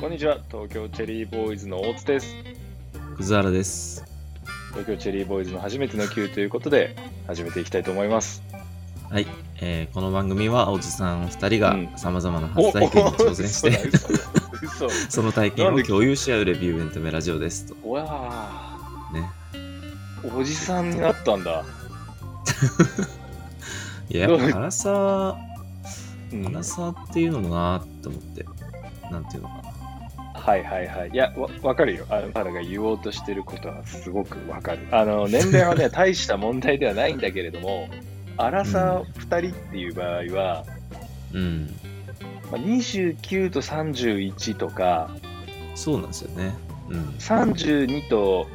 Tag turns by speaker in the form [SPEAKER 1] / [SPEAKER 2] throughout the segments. [SPEAKER 1] こんにちは東京チェリーボーイズの大津です
[SPEAKER 2] 葛原です。
[SPEAKER 1] 東京チェリーボーイズの初めての Q ということで始めていきたいと思います
[SPEAKER 2] はい、えーこの番組は青津さん2人
[SPEAKER 1] うん
[SPEAKER 2] がさまざまな初体験に挑戦し
[SPEAKER 1] 嘘だ
[SPEAKER 2] て、
[SPEAKER 1] 嘘だ嘘
[SPEAKER 2] その体験を共有し合うレビューエンタメラジオですと。
[SPEAKER 1] うわ
[SPEAKER 2] ね。
[SPEAKER 1] ーおじさんになったんだ、
[SPEAKER 2] いや、
[SPEAKER 1] ど
[SPEAKER 2] や
[SPEAKER 1] う
[SPEAKER 2] っぱアラサー、
[SPEAKER 1] うん
[SPEAKER 2] アラサーっていうのもなーって思って、なんていうのかな。
[SPEAKER 1] はいはいはい。いや、わわかるよ。あの、原が言おうとしてることはすごくわかる。あの、年齢は ね、大した問題ではないんだけれども、アラサー2人っていう場合は、
[SPEAKER 2] うん。
[SPEAKER 1] まあ、29と31とか、
[SPEAKER 2] そうなんですよね。うん。
[SPEAKER 1] 32と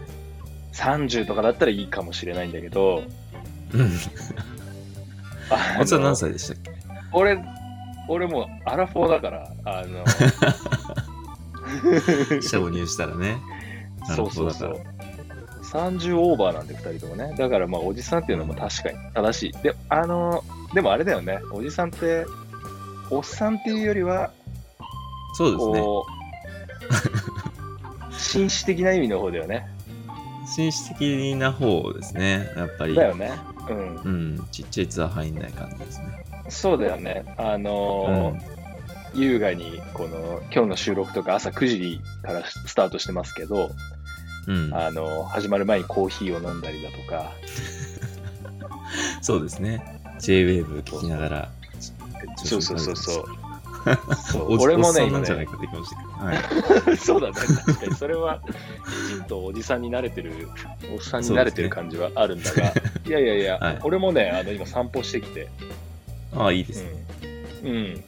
[SPEAKER 1] 30とかだったらいいかもしれないんだけど、
[SPEAKER 2] うん。
[SPEAKER 1] あ
[SPEAKER 2] 青津さん
[SPEAKER 1] の
[SPEAKER 2] 何歳でしたっけ
[SPEAKER 1] 俺、俺もうアラフォーだから、あ の、
[SPEAKER 2] 社を入したらね。なる
[SPEAKER 1] そう
[SPEAKER 2] ほ
[SPEAKER 1] そう
[SPEAKER 2] どだか
[SPEAKER 1] そ
[SPEAKER 2] ら
[SPEAKER 1] う。30オーバーなんで、2人ともね。だから、まあ、おじさんっていうのも確かに正しい。で、あの、でもあれだよね、おじさんって、おっさんっていうよりは、
[SPEAKER 2] そうですね。
[SPEAKER 1] こ う、紳士的な意味の方だよね。
[SPEAKER 2] 紳士的な方ですね。やっぱり。
[SPEAKER 1] だよね。うん。
[SPEAKER 2] うん。ちっちゃいツアー入んない感じですね。
[SPEAKER 1] そうだよね。あ
[SPEAKER 2] うん
[SPEAKER 1] の。優雅に、この、今日の収録とか朝9時からスタートしてますけど、
[SPEAKER 2] うん。
[SPEAKER 1] あの、始まる前にコーヒーを飲んだりだとか、
[SPEAKER 2] そうですね。J-Wave 聞きながら。
[SPEAKER 1] そうそうそうそう。そう
[SPEAKER 2] おじ
[SPEAKER 1] 俺もね、
[SPEAKER 2] おっさんな
[SPEAKER 1] 今
[SPEAKER 2] んじゃ
[SPEAKER 1] ね
[SPEAKER 2] ない、かって言ってましたけど。は い。
[SPEAKER 1] そうだね、確かにそれは、きちんとおじさんに慣れてる、おっさんに慣れてる感じはあるんだが、いやいやいや、
[SPEAKER 2] はい
[SPEAKER 1] 俺もね、あの今、散歩してきて、
[SPEAKER 2] ああ、いいですね。
[SPEAKER 1] うん、うん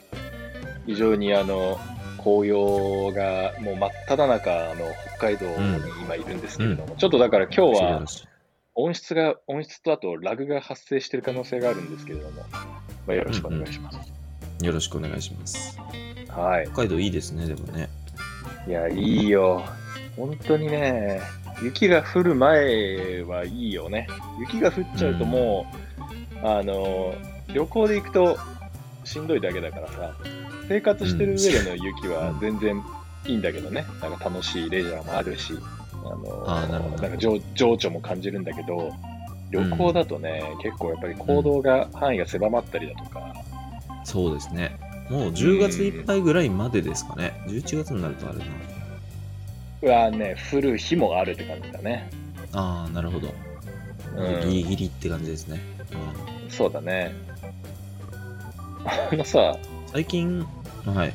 [SPEAKER 1] 非常にあの紅葉がもう真っ只中の北海道に今いるんですけれども、ちょっとだから今日
[SPEAKER 2] 素晴
[SPEAKER 1] は
[SPEAKER 2] らしい
[SPEAKER 1] 音質が、音質とあとラグが発生してる可能性があるんですけれども、まあ、よろしくお願いします。
[SPEAKER 2] よろしくお願いします。
[SPEAKER 1] はい
[SPEAKER 2] 北海道いいですね、でもね。
[SPEAKER 1] いや、いいよ。本当にね、雪が降る前はいいよね。雪が降っちゃうともう、あの、旅行で行くとしんどいだけだからさ、生活してる上での雪は全然いいんだけどね、なんか楽しいレジャーもあるし、あの、
[SPEAKER 2] あーなるほど
[SPEAKER 1] んか情情緒も感じるんだけど、旅行だとね、結構やっぱり行動が、範囲が狭まったりだとか、
[SPEAKER 2] そうですね。もう10月いっぱいぐらいまでですかね。11月になるとあれな。
[SPEAKER 1] はね、降る日もあるって感じだね。
[SPEAKER 2] ああ、なるほど。
[SPEAKER 1] うん
[SPEAKER 2] ギリギリって感じですね。うん
[SPEAKER 1] そうだね。あのさ、
[SPEAKER 2] 最近、はい。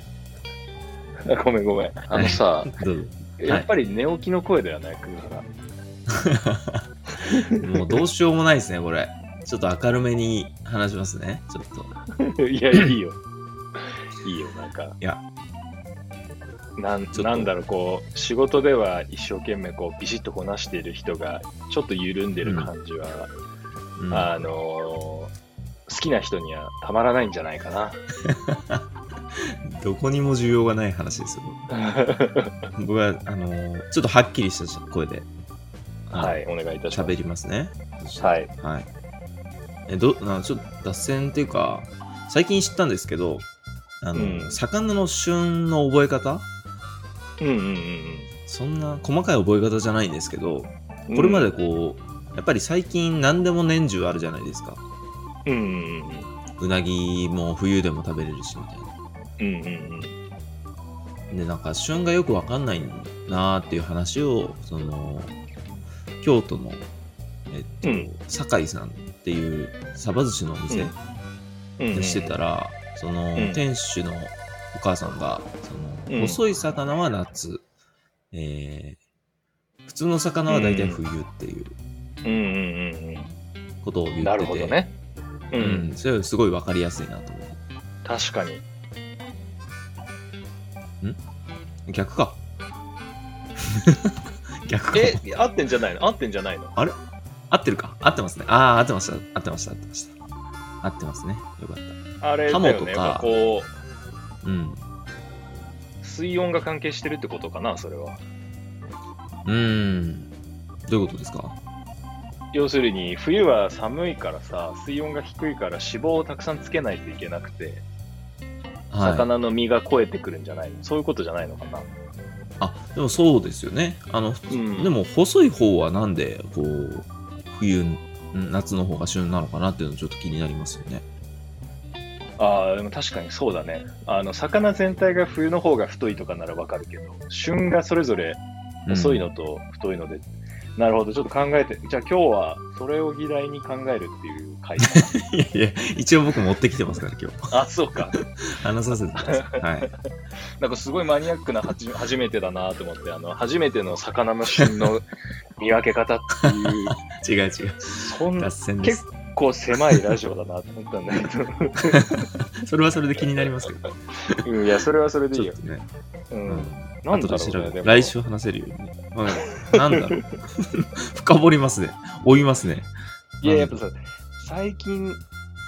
[SPEAKER 1] ごめんごめん。あのさ、
[SPEAKER 2] どうぞい
[SPEAKER 1] やっぱり寝起きの声だよね、久保原。
[SPEAKER 2] もうどうしようもないですね、これ。ちょっと明るめに話しますね。ちょっ と。
[SPEAKER 1] いや、いいよ。いいよ、なんか。
[SPEAKER 2] いや。
[SPEAKER 1] なん
[SPEAKER 2] っと
[SPEAKER 1] なんだろう、こう、仕事では一生懸命こうビシッとこなしている人が、ちょっと緩んでる感じは、
[SPEAKER 2] うん
[SPEAKER 1] あのー好きな人にはたまらないんじゃないか な。
[SPEAKER 2] どこにも需要がない話ですよ。僕は、あのーちょっとはっきりした声で、あの
[SPEAKER 1] はい、お願いいたします。
[SPEAKER 2] 喋りますね。そして
[SPEAKER 1] はい。
[SPEAKER 2] はい。え、ど、なちょっと脱線っていうか、最近知ったんですけど、あの、
[SPEAKER 1] うん
[SPEAKER 2] 魚の旬の覚え方
[SPEAKER 1] うんうんうん
[SPEAKER 2] そんな細かい覚え方じゃないんですけど、
[SPEAKER 1] うん。
[SPEAKER 2] これまでこう、やっぱり最近何でも年中あるじゃないですか。
[SPEAKER 1] うんうんうん
[SPEAKER 2] うなぎも冬でも食べれるしみたいな。
[SPEAKER 1] うんうんうん。
[SPEAKER 2] で、なんか旬がよくわかんないなーっていう話を、その、京都の、えっと、
[SPEAKER 1] うん
[SPEAKER 2] 酒井さんっていうサバ寿司のお店、
[SPEAKER 1] うんうんうん
[SPEAKER 2] してたら、その、
[SPEAKER 1] うん
[SPEAKER 2] 店主のお母さんが、その、
[SPEAKER 1] うん
[SPEAKER 2] 細い魚は夏、えー、普通の魚は大体冬っていう
[SPEAKER 1] うんうんうん
[SPEAKER 2] ことを言って
[SPEAKER 1] うん
[SPEAKER 2] て、
[SPEAKER 1] なるほどね。う、
[SPEAKER 2] うんん、それすごいわかりやすいなと思って
[SPEAKER 1] 確かに。。
[SPEAKER 2] 逆か。逆か。
[SPEAKER 1] え、合ってんじゃないの合ってんじゃないの
[SPEAKER 2] あれ合ってるか合ってますね。ああ、合ってました。合ってました。合ってました。合ってますね。よかっ
[SPEAKER 1] あれだよね、
[SPEAKER 2] ハモとか
[SPEAKER 1] こ
[SPEAKER 2] た。うん。
[SPEAKER 1] う、水温が関係してるってことかな、それは。
[SPEAKER 2] うーん。どういうことですか
[SPEAKER 1] 要するに、冬は寒いからさ、水温が低いから脂肪をたくさんつけないといけなくて、
[SPEAKER 2] あはい
[SPEAKER 1] 魚の身が肥えてくるんじゃないの、そういうことじゃないのかな。
[SPEAKER 2] あでもそうですよねあの、
[SPEAKER 1] ん
[SPEAKER 2] でも細い方はなんでこう冬ん夏の方が旬なのかなっていうのちょっと気になりますよね
[SPEAKER 1] ああ、でも確かにそうだね。あの、魚全体が冬の方が太いとかならわかるけど、旬がそれぞれ細いのと太いので、なるほど、ちょっと考えて、じゃあ今日はそれを議題に考えるっていう 回か
[SPEAKER 2] うん いやいや一応僕持ってきてますから今日
[SPEAKER 1] な。あ、そうか。
[SPEAKER 2] 話させてくださいはい
[SPEAKER 1] なんかすごいマニアックなはじ初めてだなと思って、あの、初めての魚の旬の見分け方って いう、
[SPEAKER 2] 違う違う
[SPEAKER 1] そんな
[SPEAKER 2] 脱線です
[SPEAKER 1] 結構狭いラジオだなと思ったんだ けど。
[SPEAKER 2] それはそれで気になりますけど
[SPEAKER 1] うん、いや、それはそれでいい
[SPEAKER 2] ちょ
[SPEAKER 1] よ
[SPEAKER 2] っ。とね、
[SPEAKER 1] う。
[SPEAKER 2] うんん、
[SPEAKER 1] なんだ
[SPEAKER 2] 後
[SPEAKER 1] ろ
[SPEAKER 2] で
[SPEAKER 1] うね、
[SPEAKER 2] 調べ
[SPEAKER 1] で
[SPEAKER 2] て
[SPEAKER 1] も
[SPEAKER 2] 来週話せるようにね、うん、なん だろう深掘りますね追いますね
[SPEAKER 1] いや、やっぱさ、最近、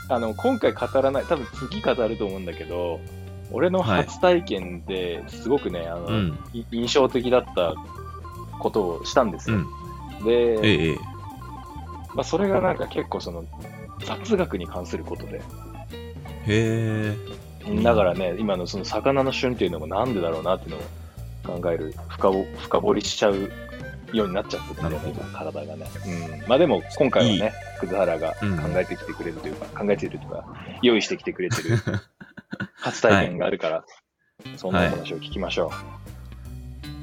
[SPEAKER 1] あの、今回語らない、多分次語ると思うんだけど、俺の初体験ですごくね、あの、
[SPEAKER 2] うん
[SPEAKER 1] い印象的だったことをしたんです
[SPEAKER 2] う
[SPEAKER 1] よ。
[SPEAKER 2] んえ
[SPEAKER 1] で、
[SPEAKER 2] えええ
[SPEAKER 1] まあ、それがなんか結構その、雑学に関することで。
[SPEAKER 2] へうん
[SPEAKER 1] だからね、今のその魚の旬っていうのもなんでだろうなっていうのを考える、深ぼ深掘りしちゃうようになっちゃってたんだよね、
[SPEAKER 2] なるほど
[SPEAKER 1] 今体がね。うん、まあでも、今回はね、葛原が考
[SPEAKER 2] うん
[SPEAKER 1] えてきてくれるというか、考えてるというか、用意してきてくれて
[SPEAKER 2] え
[SPEAKER 1] る初体験があるから、そんな話を聞きましょ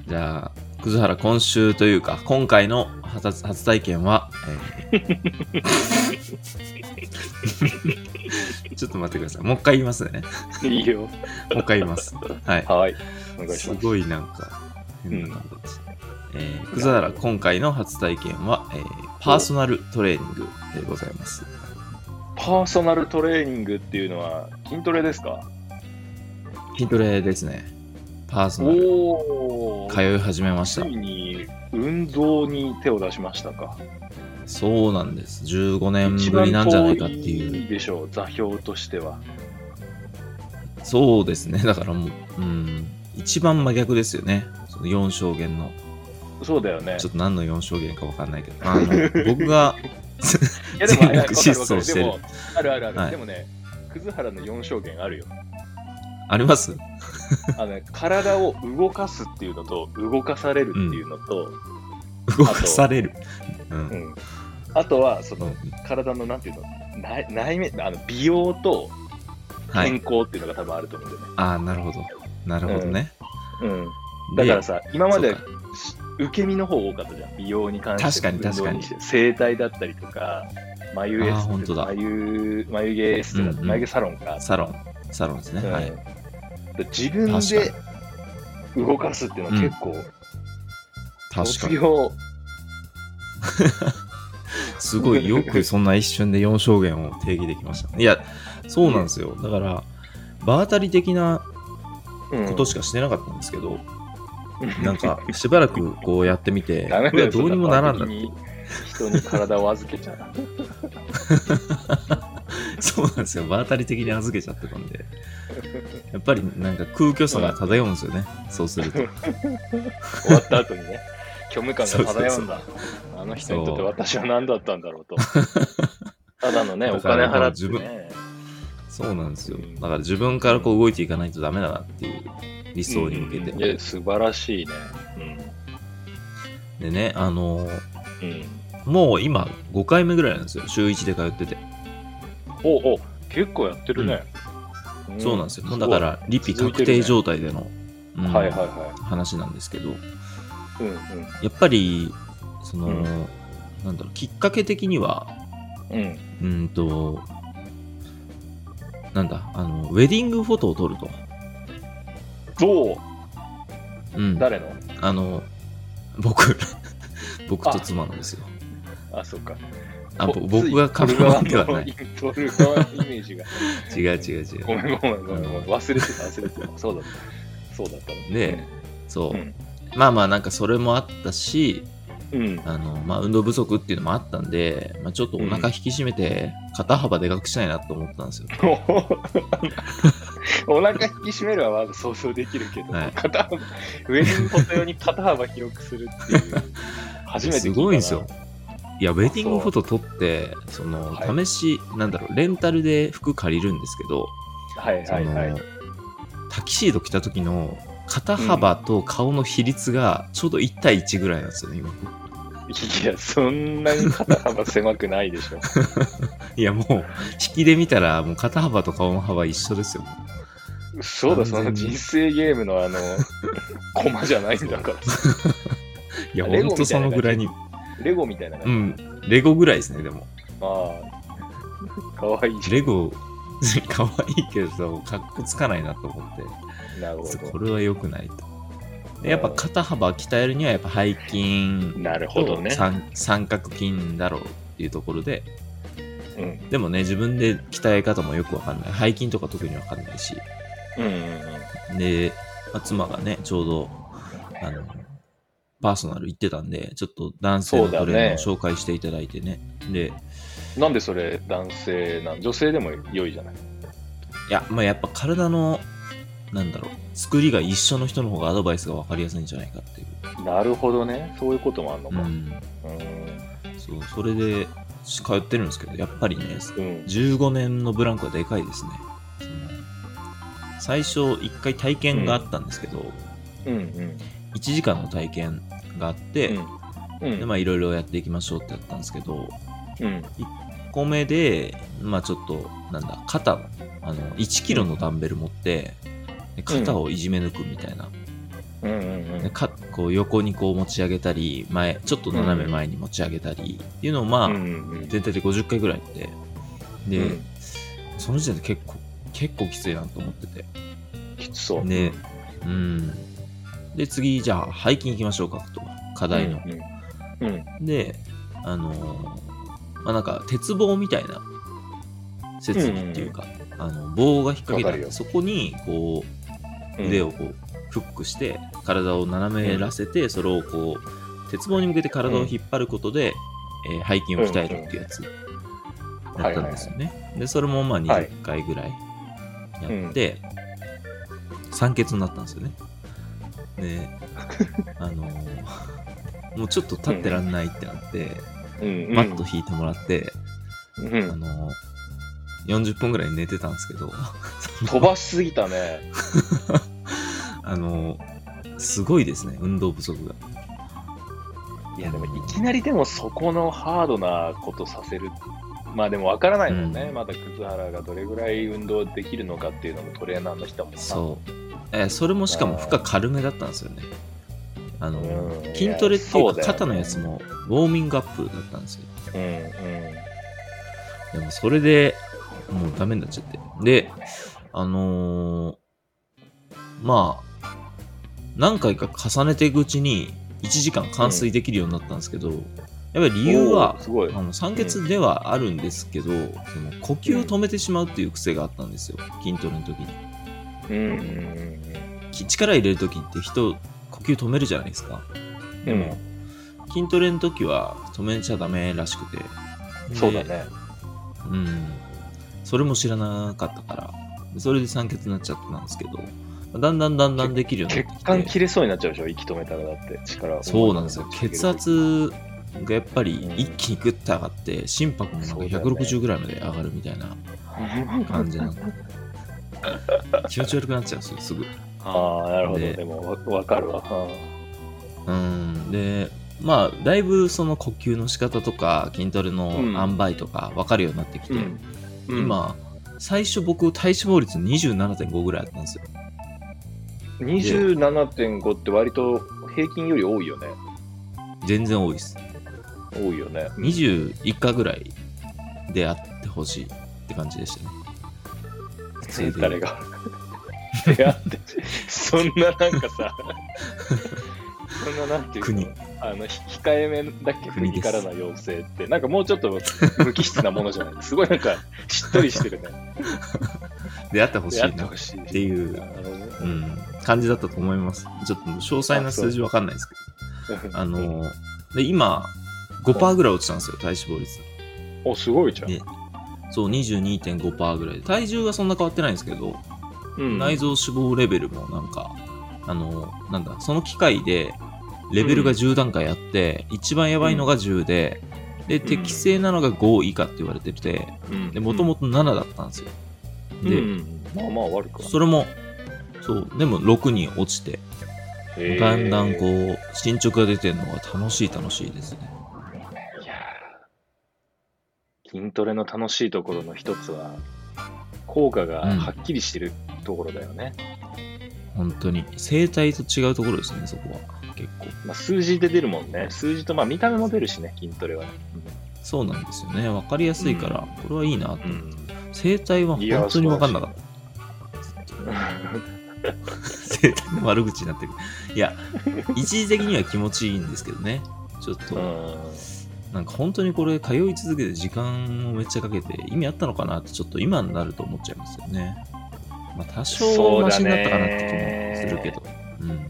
[SPEAKER 1] う。
[SPEAKER 2] じゃあ、葛原今週というか、今回の初初体験は、えー ちょっと待ってください。もう一回言いますね。も
[SPEAKER 1] い、いよ。
[SPEAKER 2] う一回言います。はい。
[SPEAKER 1] はい。お願いし
[SPEAKER 2] す
[SPEAKER 1] ます。
[SPEAKER 2] ごいなんか、変な感じです。えー、葛原今回の初体験は、えーパーソナルトレーニングでございます。
[SPEAKER 1] パーソナルトレーニングっていうのは筋トレですか
[SPEAKER 2] 筋トレですね。パーソナル。
[SPEAKER 1] お
[SPEAKER 2] 通い始めまし
[SPEAKER 1] つ
[SPEAKER 2] た
[SPEAKER 1] い。に運動に手を出しましたか。
[SPEAKER 2] そうなんです。15年ぶりなんじゃないかってい
[SPEAKER 1] 一
[SPEAKER 2] う。
[SPEAKER 1] 番遠でしょう、座標としては。
[SPEAKER 2] そうですね。 だからもう、うん、一番真逆ですよね。その4証言の。
[SPEAKER 1] そうだよね
[SPEAKER 2] ちょ。っと何の4証言か分かんないけど。あ の僕が、
[SPEAKER 1] いやでも、
[SPEAKER 2] 全力疾走してる
[SPEAKER 1] わかわかでもあるあるある。
[SPEAKER 2] はい
[SPEAKER 1] でもね、葛原の4証言あるよ。
[SPEAKER 2] あります
[SPEAKER 1] あのね体を動かすっていうのと、動かされるっていうのと、
[SPEAKER 2] 動かされる。う。
[SPEAKER 1] うんんあとは、そ
[SPEAKER 2] うん
[SPEAKER 1] の、体の、なんていうの、内内面、あの美容と
[SPEAKER 2] は
[SPEAKER 1] 健
[SPEAKER 2] い。
[SPEAKER 1] 康っていうのが多分あると思うんだよね。
[SPEAKER 2] ああ、なるほど。なるほどね。
[SPEAKER 1] うん。だから
[SPEAKER 2] で、
[SPEAKER 1] さ、今まで
[SPEAKER 2] そうか
[SPEAKER 1] 受け身の方多かったじゃん美容に関して
[SPEAKER 2] 確かに
[SPEAKER 1] 運動して整体だったりとか眉
[SPEAKER 2] あ
[SPEAKER 1] エ
[SPEAKER 2] ー
[SPEAKER 1] ステ
[SPEAKER 2] 本当だ
[SPEAKER 1] 眉眉毛エステだ、
[SPEAKER 2] うんうん
[SPEAKER 1] 眉毛サロンか、
[SPEAKER 2] サロン、サロンですね。
[SPEAKER 1] うん
[SPEAKER 2] はい。
[SPEAKER 1] で自分で動かすっていうのは結構、
[SPEAKER 2] 確か
[SPEAKER 1] 卒
[SPEAKER 2] に。
[SPEAKER 1] 業
[SPEAKER 2] すごいよくそんな一瞬で4証言を定義できました。いや、そうなんですよ。だから、場当たり的な
[SPEAKER 1] 今
[SPEAKER 2] ことしかしてなかったんですけど、
[SPEAKER 1] 年
[SPEAKER 2] なんか、しばらくこうやってみ て、
[SPEAKER 1] ダメ
[SPEAKER 2] こ
[SPEAKER 1] だよ
[SPEAKER 2] れはどうにもならん
[SPEAKER 1] そ
[SPEAKER 2] だ
[SPEAKER 1] ん。な人に体を預けちゃ う
[SPEAKER 2] そうなんですよ。場当たり的に預けちゃってたんで。やっぱりなんか空虚さが漂うんですよね。そうすると。
[SPEAKER 1] 終わった後にね虚無感が漂
[SPEAKER 2] そううんそ
[SPEAKER 1] だあの人にとって
[SPEAKER 2] そう
[SPEAKER 1] 私は何だったんだろうと ただのねお
[SPEAKER 2] だから
[SPEAKER 1] 金払
[SPEAKER 2] 自
[SPEAKER 1] ってね
[SPEAKER 2] 分そうなんですよ。だから自分からこう動いていかないとダメだなっていう理想に向けて。
[SPEAKER 1] うんいや素晴らしいね
[SPEAKER 2] でね、あのー
[SPEAKER 1] うん、うん
[SPEAKER 2] もう今5回目ぐらいなんですよ。週1で通ってて。
[SPEAKER 1] おお結構やってるね、
[SPEAKER 2] そうなんですよ。もうだか
[SPEAKER 1] は
[SPEAKER 2] ら、リピ
[SPEAKER 1] 続いて
[SPEAKER 2] 確
[SPEAKER 1] るね
[SPEAKER 2] 定状態での、うん
[SPEAKER 1] いはいは
[SPEAKER 2] 話なんですけど、
[SPEAKER 1] い、うん
[SPEAKER 2] やっぱり、その、
[SPEAKER 1] うん
[SPEAKER 2] なんだろう、きっかけ的には、
[SPEAKER 1] うんうん
[SPEAKER 2] うーんと、なんだ、あの、ウェディングフォトを撮ると。
[SPEAKER 1] どう
[SPEAKER 2] うん。
[SPEAKER 1] 誰の
[SPEAKER 2] あの、僕、 僕と妻のですよ。
[SPEAKER 1] あそうか
[SPEAKER 2] あぼ
[SPEAKER 1] お
[SPEAKER 2] 僕がカメラマンではない。
[SPEAKER 1] 撮る側のイメー ジが
[SPEAKER 2] 違う違う違
[SPEAKER 1] ごめ
[SPEAKER 2] う。
[SPEAKER 1] んごめんごめんごめん忘れてた忘れてたそうだったそうだったの
[SPEAKER 2] で、そう
[SPEAKER 1] うん。
[SPEAKER 2] まあまあ、なんかそれもあったし、
[SPEAKER 1] うん
[SPEAKER 2] あの、まあ、運動不足っていうのもあったんで、まあ、ちょっとお腹引き締めて、肩幅でかくしたいなと思ったんですよ。
[SPEAKER 1] お腹引き締めるはまず想像できるけど、
[SPEAKER 2] はい
[SPEAKER 1] 肩幅ウェディングフォト用に肩幅広くするっていう初めて聞いたな
[SPEAKER 2] すごいんですよ。いや、ウェディングフォト撮って、その、
[SPEAKER 1] は
[SPEAKER 2] 試し、なんだろう、レンタルで服借りるんですけど、
[SPEAKER 1] はいはいはい
[SPEAKER 2] そのタキシード着た時の肩幅と顔の比率がちょうど1対1ぐらいなんですよね、今。
[SPEAKER 1] いや、そんなに肩幅狭くないでしょ。
[SPEAKER 2] いや、もう、引きで見たら、もう肩幅と顔の幅一緒ですよ。
[SPEAKER 1] そうだ、その
[SPEAKER 2] 完全
[SPEAKER 1] 人
[SPEAKER 2] に
[SPEAKER 1] 生ゲームのあ の、コマじゃないんだからさ。
[SPEAKER 2] いや、
[SPEAKER 1] レゴ
[SPEAKER 2] ほんとそのぐらいに。
[SPEAKER 1] レゴみたいな
[SPEAKER 2] う
[SPEAKER 1] 感じ。
[SPEAKER 2] ん、レゴぐらいですね、でも。
[SPEAKER 1] まあ、かわいいじ
[SPEAKER 2] レゴ、 可愛いけどさ、もうかっこつかないなと思って。
[SPEAKER 1] ゃん。なるほ
[SPEAKER 2] そうこ
[SPEAKER 1] ど。
[SPEAKER 2] れは良くないと。でやっぱ肩幅鍛えるにはやっぱ背筋
[SPEAKER 1] なるほど
[SPEAKER 2] と
[SPEAKER 1] ね。
[SPEAKER 2] 三三角筋だろうっていうところで
[SPEAKER 1] うん。
[SPEAKER 2] でもね自分で鍛え方もよくわかんない背筋とか特にわかんないし
[SPEAKER 1] うんうんうん。
[SPEAKER 2] で、まあ妻がねちょうどあのパーソナル行ってたんでちょっと男性のトレーナーを
[SPEAKER 1] そ
[SPEAKER 2] 紹介していただいてねで
[SPEAKER 1] なんでそれ男性なん女性でも良いじゃない
[SPEAKER 2] いやまあやっぱ体のなんだろう作りが一緒の人の方がアドバイスがわかりやすいんじゃないかっていう、
[SPEAKER 1] なるほどね。そういうこともあるのか。
[SPEAKER 2] うん、
[SPEAKER 1] うん。
[SPEAKER 2] そう、それで通ってるんですけど、やっぱりね、
[SPEAKER 1] うん。
[SPEAKER 2] 15年のブランクはでかいですね。その最初、1回体験があったんですけど、
[SPEAKER 1] うん。うん。
[SPEAKER 2] 1時間の体験があって、
[SPEAKER 1] うん。うん
[SPEAKER 2] で、まあ、いろいろやっていきましょうってやったんですけど、
[SPEAKER 1] うん。
[SPEAKER 2] 1個目で、まあ、ちょっと、なんだ、肩の、あの、1キロのダンベル持って、で肩をいじめ抜くみたいな。
[SPEAKER 1] うんうんう
[SPEAKER 2] で
[SPEAKER 1] ん。
[SPEAKER 2] かこう横にこう持ち上げたり、前、ちょっと斜め前に持ち上げたりっていうのを、まあ、
[SPEAKER 1] うんうん
[SPEAKER 2] 全体で50回ぐらいやって
[SPEAKER 1] う
[SPEAKER 2] で、
[SPEAKER 1] ん。
[SPEAKER 2] その時点で結構結構きついなと思ってて
[SPEAKER 1] きつそう。
[SPEAKER 2] でうんで次じゃあ背筋行きましょうかと課題の、
[SPEAKER 1] うん。うん。
[SPEAKER 2] であのーまあなんか鉄棒みたいな設備っていうか、あの棒が引っ掛けてあ
[SPEAKER 1] わかる
[SPEAKER 2] っ
[SPEAKER 1] よ
[SPEAKER 2] てそこにこう腕をこうフックして体を斜めらせて、それをこう鉄棒に向けて体を引っ張ることで、えー背筋を鍛えるっていうやつやったんですよね。で、それもまあ
[SPEAKER 1] はい
[SPEAKER 2] 20回ぐらいやって、酸欠になったんですよね。 で、あのーもうちょっと立ってらんないってなって、
[SPEAKER 1] うん。
[SPEAKER 2] マット引いてもらって、
[SPEAKER 1] うん。
[SPEAKER 2] あのー40分ぐらい寝てたんですけど、
[SPEAKER 1] 飛ばしすぎたね。
[SPEAKER 2] あのーすごいですね、運動不足が。
[SPEAKER 1] いや、でもいきなりでもそこのハードなことさせる。まあでもわからないもんね、
[SPEAKER 2] うん
[SPEAKER 1] まだ葛原がどれぐらい運動できるのかっていうのもトレーナーの人もさ
[SPEAKER 2] そう。えーそれもしかも負荷軽めだったんですよね。あのー
[SPEAKER 1] うん
[SPEAKER 2] 筋トレってい
[SPEAKER 1] そううだよ
[SPEAKER 2] か
[SPEAKER 1] ね
[SPEAKER 2] 肩のやつもウォーミングアップだったんですよ。
[SPEAKER 1] うんうん
[SPEAKER 2] でもそれでもうダメになっちゃって。で、あのーまあ、何回か重ねていくうちに1時間完遂できるようになったんですけど、やっぱり理由は
[SPEAKER 1] おー、すごい
[SPEAKER 2] あの酸欠ではあるんですけど、その呼吸を止めてしまうっていう癖があったんですよ、筋トレの時に。
[SPEAKER 1] うんうんうん
[SPEAKER 2] き力入れる時って人、呼吸止めるじゃないですか。でも、筋トレの時は止めちゃダメらしくて。
[SPEAKER 1] うん
[SPEAKER 2] で
[SPEAKER 1] そうだね
[SPEAKER 2] うん、それも知らなかったから、それで酸欠になっちゃってなんですけど、だんだんだんだんできるように
[SPEAKER 1] 血
[SPEAKER 2] なってき
[SPEAKER 1] 管
[SPEAKER 2] て、
[SPEAKER 1] 切れそうになっちゃうでしょ息止めたらだって力を
[SPEAKER 2] そうなんですよ、血圧がやっぱり一気にグッと上がって、心拍もなんか
[SPEAKER 1] そうだよね
[SPEAKER 2] 160ぐらいまで上がるみたいな感じなの。 気持ち悪くなっちゃうんですよ、すぐ。
[SPEAKER 1] ああなるほど
[SPEAKER 2] で
[SPEAKER 1] でもわわかるわ
[SPEAKER 2] うん、で、まあ、だいぶその呼吸の仕方とか、筋トレの塩梅とか分かるようになってきて、
[SPEAKER 1] うんうん
[SPEAKER 2] 今、最初僕、体脂肪率27.5ぐらいあったんですよ。
[SPEAKER 1] 27.5って割と平均より多いよね
[SPEAKER 2] 全然多いです。
[SPEAKER 1] 多いよね
[SPEAKER 2] 21回ぐらいであってほしいって感じでしたね。普通で
[SPEAKER 1] 誰が出会ってそんななんかさそんななんていうの
[SPEAKER 2] 国
[SPEAKER 1] あのひ控えめだっけ
[SPEAKER 2] 国で
[SPEAKER 1] 国か
[SPEAKER 2] す
[SPEAKER 1] らの要請ってなんかもうちょっと無機質なものじゃないすごいなんかしっとりしてるね
[SPEAKER 2] 出会ってほしい
[SPEAKER 1] 出会って
[SPEAKER 2] なっ
[SPEAKER 1] ほしい
[SPEAKER 2] ていう、
[SPEAKER 1] なるほどね
[SPEAKER 2] うん、感じだったと思います。ちょっと詳細な数字わかんないですけど。あの、で、今、5%ぐらい落ちたんですよ、体脂肪率。
[SPEAKER 1] おすごいじゃん、
[SPEAKER 2] ねそう、22.5%ぐらいで。体重はそんな変わってないんですけど、
[SPEAKER 1] うん
[SPEAKER 2] 内臓脂肪レベルもなんか、あの、なんだ、その機械で、レベルが10段階あって、一番やばいのが10で、で、適正なのが5以下って言われてて、で、もともと7だったんですよ。
[SPEAKER 1] うん
[SPEAKER 2] で、
[SPEAKER 1] うんまあまあ悪くはない
[SPEAKER 2] それも、そう、でも6に落ちて、
[SPEAKER 1] へー
[SPEAKER 2] だんだんこう、進捗が出てるのが楽しい楽しいですね。
[SPEAKER 1] いやー筋トレの楽しいところの一つは、効果がはっきりしてるところだよね。
[SPEAKER 2] 本当に。生体と違うところですね、そこは。結構。
[SPEAKER 1] まあ、数字で出るもんね。数字と、まあ、見た目も出るしね、筋トレはね。
[SPEAKER 2] そうなんですよね。わかりやすいから、これはいいなと
[SPEAKER 1] う。ん。
[SPEAKER 2] 生体はい
[SPEAKER 1] や
[SPEAKER 2] 本当にわかんなかった。生体の悪口になってる。いや、一時的には気持ちいいんですけどね。ちょっと、
[SPEAKER 1] うん
[SPEAKER 2] なんか本当にこれ通い続けて時間をめっちゃかけて意味あったのかなってちょっと今になると思っちゃいますよね。まあ多
[SPEAKER 1] そ
[SPEAKER 2] 少
[SPEAKER 1] うだね
[SPEAKER 2] マシになったかなって気もするけど。うん。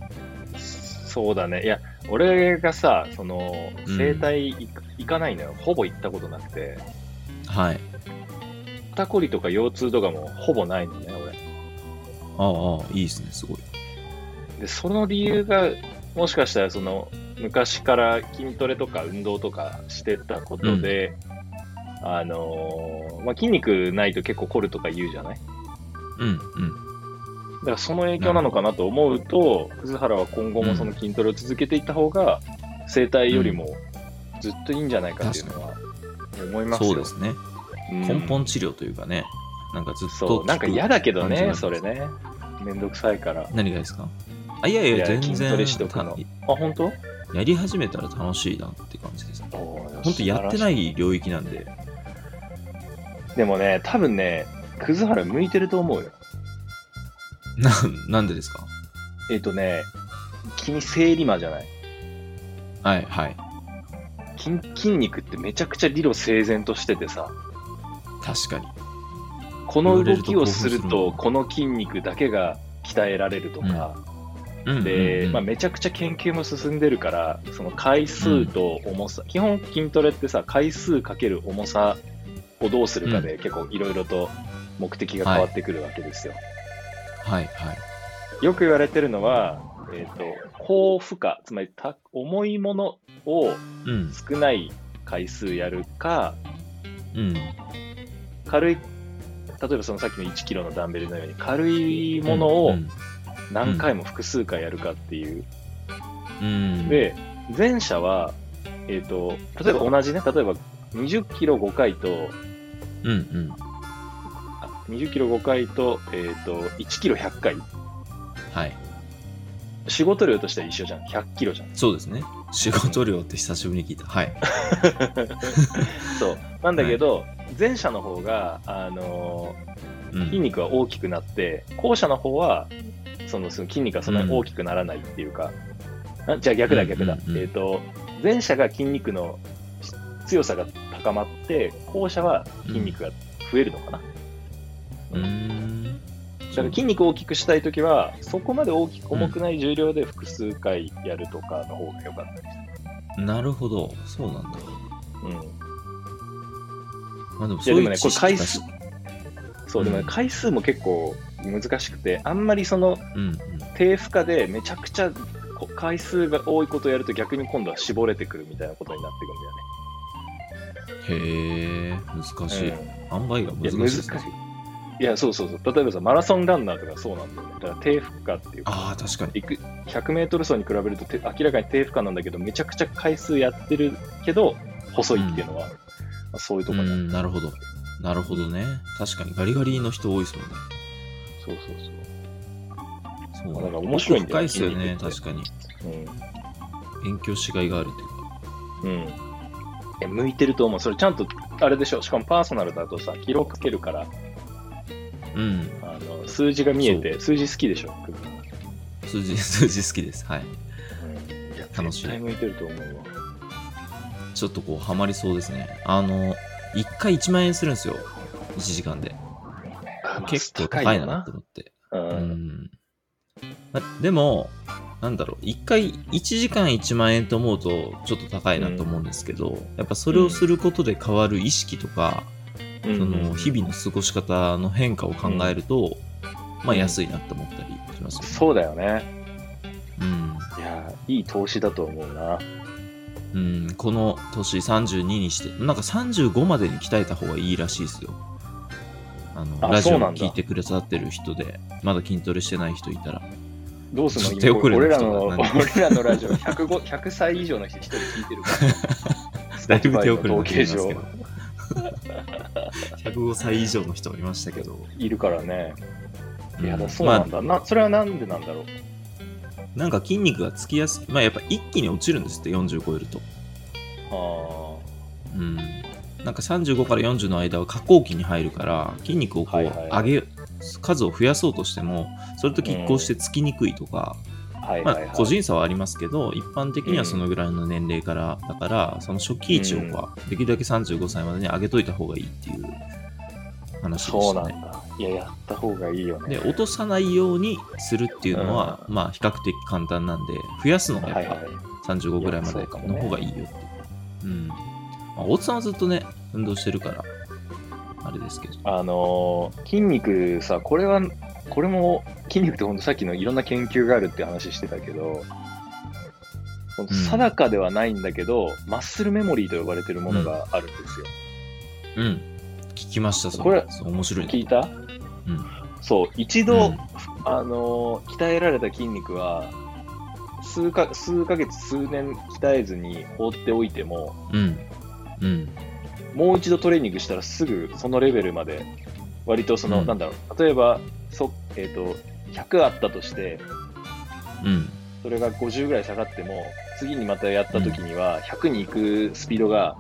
[SPEAKER 1] そうだね。いや、俺がさ、その、
[SPEAKER 2] うん
[SPEAKER 1] 整体い行かないのよ。ほぼ行ったことなくて。
[SPEAKER 2] はい。
[SPEAKER 1] 肩こりとか腰痛とかもほぼないのね、
[SPEAKER 2] ああああ、いいですね、すごい。
[SPEAKER 1] 俺。で、その理由が、もしかしたら、その、昔から筋トレとか運動とかしてたことで、あのーまあ、筋肉ないと結構凝るとか言うじゃない
[SPEAKER 2] うんうん。
[SPEAKER 1] だからその影響なのかなと思うと、葛原は今後もその筋トレを続けていった方が、整体よりもずっといいんじゃないかっていうのは思いますよ。
[SPEAKER 2] そうですね。
[SPEAKER 1] うん
[SPEAKER 2] 根本治療というかね。なんかずっと
[SPEAKER 1] そう、なんか嫌
[SPEAKER 2] だ。
[SPEAKER 1] だけど
[SPEAKER 2] 感じなん
[SPEAKER 1] ね、
[SPEAKER 2] です
[SPEAKER 1] それね。めんどくさいから。あ、
[SPEAKER 2] 何がですかあ、いやい
[SPEAKER 1] い
[SPEAKER 2] や、
[SPEAKER 1] や
[SPEAKER 2] 全
[SPEAKER 1] 筋
[SPEAKER 2] 然
[SPEAKER 1] トレしとくの本当
[SPEAKER 2] たやり始めたら楽しいなって感じです。
[SPEAKER 1] 本。
[SPEAKER 2] 本当やってないい領域なんで。
[SPEAKER 1] でもね、多分ね、葛原向いてると思うよ。
[SPEAKER 2] な、なんでですか
[SPEAKER 1] えっ、とね、筋生理魔じゃない
[SPEAKER 2] はいはい。
[SPEAKER 1] 筋。筋肉ってめちゃくちゃ理路整然としててさ、
[SPEAKER 2] 確かに。
[SPEAKER 1] この動きをする
[SPEAKER 2] 言われ
[SPEAKER 1] と、
[SPEAKER 2] ると興奮する
[SPEAKER 1] この筋肉だけが鍛えられるとか、
[SPEAKER 2] うんうんうん
[SPEAKER 1] で、まあ、めちゃくちゃ研究も進んでるから、その回数と重さ、基本筋トレってさ、回数かける重さをどうするかで結構いろいろと目的が変わってくるわけですよ。
[SPEAKER 2] はいはい。
[SPEAKER 1] よく言われてるのは、えっ、と、高負荷、つまりた重いものを
[SPEAKER 2] うん。
[SPEAKER 1] 少ない回数やるか、
[SPEAKER 2] うん。
[SPEAKER 1] 軽い、例えばそのさっきの1キロのダンベルのように軽いものを
[SPEAKER 2] うん
[SPEAKER 1] 何回も複数回やるかっていう。
[SPEAKER 2] うん。
[SPEAKER 1] で、前者は、えっ、と、例えば同じね、例えば20キロ5回と、
[SPEAKER 2] うんうん。
[SPEAKER 1] あ20キロ5回と、えっ、と、1キロ100回。
[SPEAKER 2] はい。
[SPEAKER 1] 仕事量としては一緒じゃん。100キロじゃん。
[SPEAKER 2] そうですね。仕事量って久しぶりに聞いた。はい。
[SPEAKER 1] そう。なんだけど、前者の方が、あのー
[SPEAKER 2] う
[SPEAKER 1] 筋
[SPEAKER 2] ん。
[SPEAKER 1] 肉は大きくなって、後者の方は、そのその筋肉がそんなに大きくならないっていうか、あじゃあ逆だ
[SPEAKER 2] うん
[SPEAKER 1] 逆だ。
[SPEAKER 2] うんうん
[SPEAKER 1] えっ、と、前者が筋肉の強さが高まって、後者は筋肉が増えるのかな。
[SPEAKER 2] うーん。
[SPEAKER 1] だから筋肉を大きくしたいときは、そこまで大きく重くない重量で複数回やるとかの方が良かったりす
[SPEAKER 2] なるほど。そうなんだ。
[SPEAKER 1] る。うん。
[SPEAKER 2] まあでも
[SPEAKER 1] い
[SPEAKER 2] そ
[SPEAKER 1] や
[SPEAKER 2] う
[SPEAKER 1] で
[SPEAKER 2] い
[SPEAKER 1] も
[SPEAKER 2] う
[SPEAKER 1] ね、
[SPEAKER 2] 知
[SPEAKER 1] これ
[SPEAKER 2] 識
[SPEAKER 1] 回
[SPEAKER 2] だ
[SPEAKER 1] 数
[SPEAKER 2] し。、
[SPEAKER 1] そう、でもね、
[SPEAKER 2] うん
[SPEAKER 1] 回数も結構難しくて、あんまりその
[SPEAKER 2] うんうん。
[SPEAKER 1] 低負荷でめちゃくちゃこ回数が多いことをやると逆に今度は絞れてくるみたいなことになって
[SPEAKER 2] へえ、難
[SPEAKER 1] く
[SPEAKER 2] し
[SPEAKER 1] るん
[SPEAKER 2] い
[SPEAKER 1] だ。よね。
[SPEAKER 2] 塩梅が
[SPEAKER 1] うん、いや
[SPEAKER 2] 難しい
[SPEAKER 1] 難
[SPEAKER 2] で
[SPEAKER 1] しい
[SPEAKER 2] すね。。
[SPEAKER 1] いや、そうそうそう。例えばさ、マラソンランナーとかそうなんだよね。だから低負荷っていうか、
[SPEAKER 2] ああ、確かに。
[SPEAKER 1] いく100メートル走に比べるとて明らかに低負荷なんだけど、めちゃくちゃ回数やってるけど、細いっていうのは、まあそういうと
[SPEAKER 2] う
[SPEAKER 1] ころにある
[SPEAKER 2] ん、なるほど。なるほどね。確かにガリガリの人多いですもんね。
[SPEAKER 1] そうそう
[SPEAKER 2] そう
[SPEAKER 1] だから面白いんだよ
[SPEAKER 2] 奥深いです
[SPEAKER 1] 筋
[SPEAKER 2] よね。
[SPEAKER 1] 肉って
[SPEAKER 2] 確かに。
[SPEAKER 1] そう。
[SPEAKER 2] 勉強しがいがあるってい
[SPEAKER 1] うん。う
[SPEAKER 2] うか。
[SPEAKER 1] ん。え、向いてると思う。それちゃんと、あれでしょ。しかもパーソナルだとさ、記録つけるから、
[SPEAKER 2] うん。
[SPEAKER 1] あの数字が見えて、数字好きでしょ。
[SPEAKER 2] 数 字、数字好きです。はい。
[SPEAKER 1] いや
[SPEAKER 2] 楽しい
[SPEAKER 1] 絶対向いてると思うわ。
[SPEAKER 2] ちょっとこう、ハマりそうですね。あの、1回1万円するんですよ。1時間で。
[SPEAKER 1] あまあ
[SPEAKER 2] 結構高い
[SPEAKER 1] よ
[SPEAKER 2] なと思って。
[SPEAKER 1] う。
[SPEAKER 2] うんん。までも、なんだろう、1回、1時間1万円と思うと、ちょっと高いなと思うんですけど、やっぱそれをすることで変わる意識とか、
[SPEAKER 1] うん
[SPEAKER 2] その、日々の過ごし方の変化を考えると、まあ、安いなと思ったりしますよね。
[SPEAKER 1] そうだよね。
[SPEAKER 2] うん。
[SPEAKER 1] いや、いい投資だと思うな。
[SPEAKER 2] うん、この年32にして、なんか35までに鍛えた方がいいらしいですよ。あの
[SPEAKER 1] あ
[SPEAKER 2] ラジ
[SPEAKER 1] そ
[SPEAKER 2] オ
[SPEAKER 1] うなんだ
[SPEAKER 2] 聞いてくださってる人で、まだ筋トレしてない人いたら、
[SPEAKER 1] どうするの
[SPEAKER 2] 手
[SPEAKER 1] 今
[SPEAKER 2] 遅れ
[SPEAKER 1] 俺
[SPEAKER 2] の
[SPEAKER 1] ら
[SPEAKER 2] 人
[SPEAKER 1] の、
[SPEAKER 2] が 何
[SPEAKER 1] 俺らのラジオ105 100歳以上の人一人聞いてるから。
[SPEAKER 2] だいぶ手遅れ
[SPEAKER 1] の
[SPEAKER 2] の
[SPEAKER 1] 統
[SPEAKER 2] 人い
[SPEAKER 1] 計
[SPEAKER 2] ます
[SPEAKER 1] 上
[SPEAKER 2] けど、105歳以上の人もいましたけど、
[SPEAKER 1] いるからね。いや、
[SPEAKER 2] うん
[SPEAKER 1] だそう
[SPEAKER 2] ま
[SPEAKER 1] な
[SPEAKER 2] あ
[SPEAKER 1] んだ、な。それはなんでなんだろう。
[SPEAKER 2] なんか筋肉がつきやすい、まあやっぱ一気に落ちるんですって、40超えると。
[SPEAKER 1] あ
[SPEAKER 2] うん。なんか35から40の間は下降期に入るから、筋肉をこう
[SPEAKER 1] はい
[SPEAKER 2] 上げ、
[SPEAKER 1] はい
[SPEAKER 2] 数を増やそうとしても、それと拮抗してつきにくいとか、
[SPEAKER 1] あ、はい
[SPEAKER 2] ま
[SPEAKER 1] はい、
[SPEAKER 2] あ
[SPEAKER 1] はい、
[SPEAKER 2] 個人差はありますけど、一般的にはそのぐらいの年齢から、だから、その初期位置をこうできるだけ35歳までに上げといた方がいいっていう話で
[SPEAKER 1] そう
[SPEAKER 2] し
[SPEAKER 1] な
[SPEAKER 2] た
[SPEAKER 1] ん
[SPEAKER 2] ね。
[SPEAKER 1] だ。いや、やった方がいいよね。
[SPEAKER 2] で、落とさないようにするっていうのは、まあ、比較的簡単なんで、増やすのが
[SPEAKER 1] はい
[SPEAKER 2] や
[SPEAKER 1] は
[SPEAKER 2] っ
[SPEAKER 1] い。
[SPEAKER 2] ぱ35ぐらいまでの方がいいよっていう。うん。まあ、大津さんはずっとね、運動してるから、あれですけど。
[SPEAKER 1] あのー筋肉さ、これは、これも筋肉ってほんとさっきのいろんな研究があるって話してたけど、ほんと
[SPEAKER 2] うん
[SPEAKER 1] 定かではないんだけど、マッスルメモリーと呼ばれてるものがあるんですよ。
[SPEAKER 2] うん。聞きました、そ
[SPEAKER 1] これ
[SPEAKER 2] そう面白いね
[SPEAKER 1] 聞いた、
[SPEAKER 2] うん
[SPEAKER 1] そう、一
[SPEAKER 2] う
[SPEAKER 1] 度、
[SPEAKER 2] ん
[SPEAKER 1] あのー鍛えられた筋肉は、数か数ヶ月、数年鍛えずに放っておいても、
[SPEAKER 2] うん。うん。
[SPEAKER 1] もう一度トレーニングしたらすぐそのレベルまで、割とその、
[SPEAKER 2] うん
[SPEAKER 1] なんだろう、例えば、そえっ、と、100あったとして、
[SPEAKER 2] うん。
[SPEAKER 1] それが50ぐらい下がっても、次にまたやった時には、100に行くスピードが、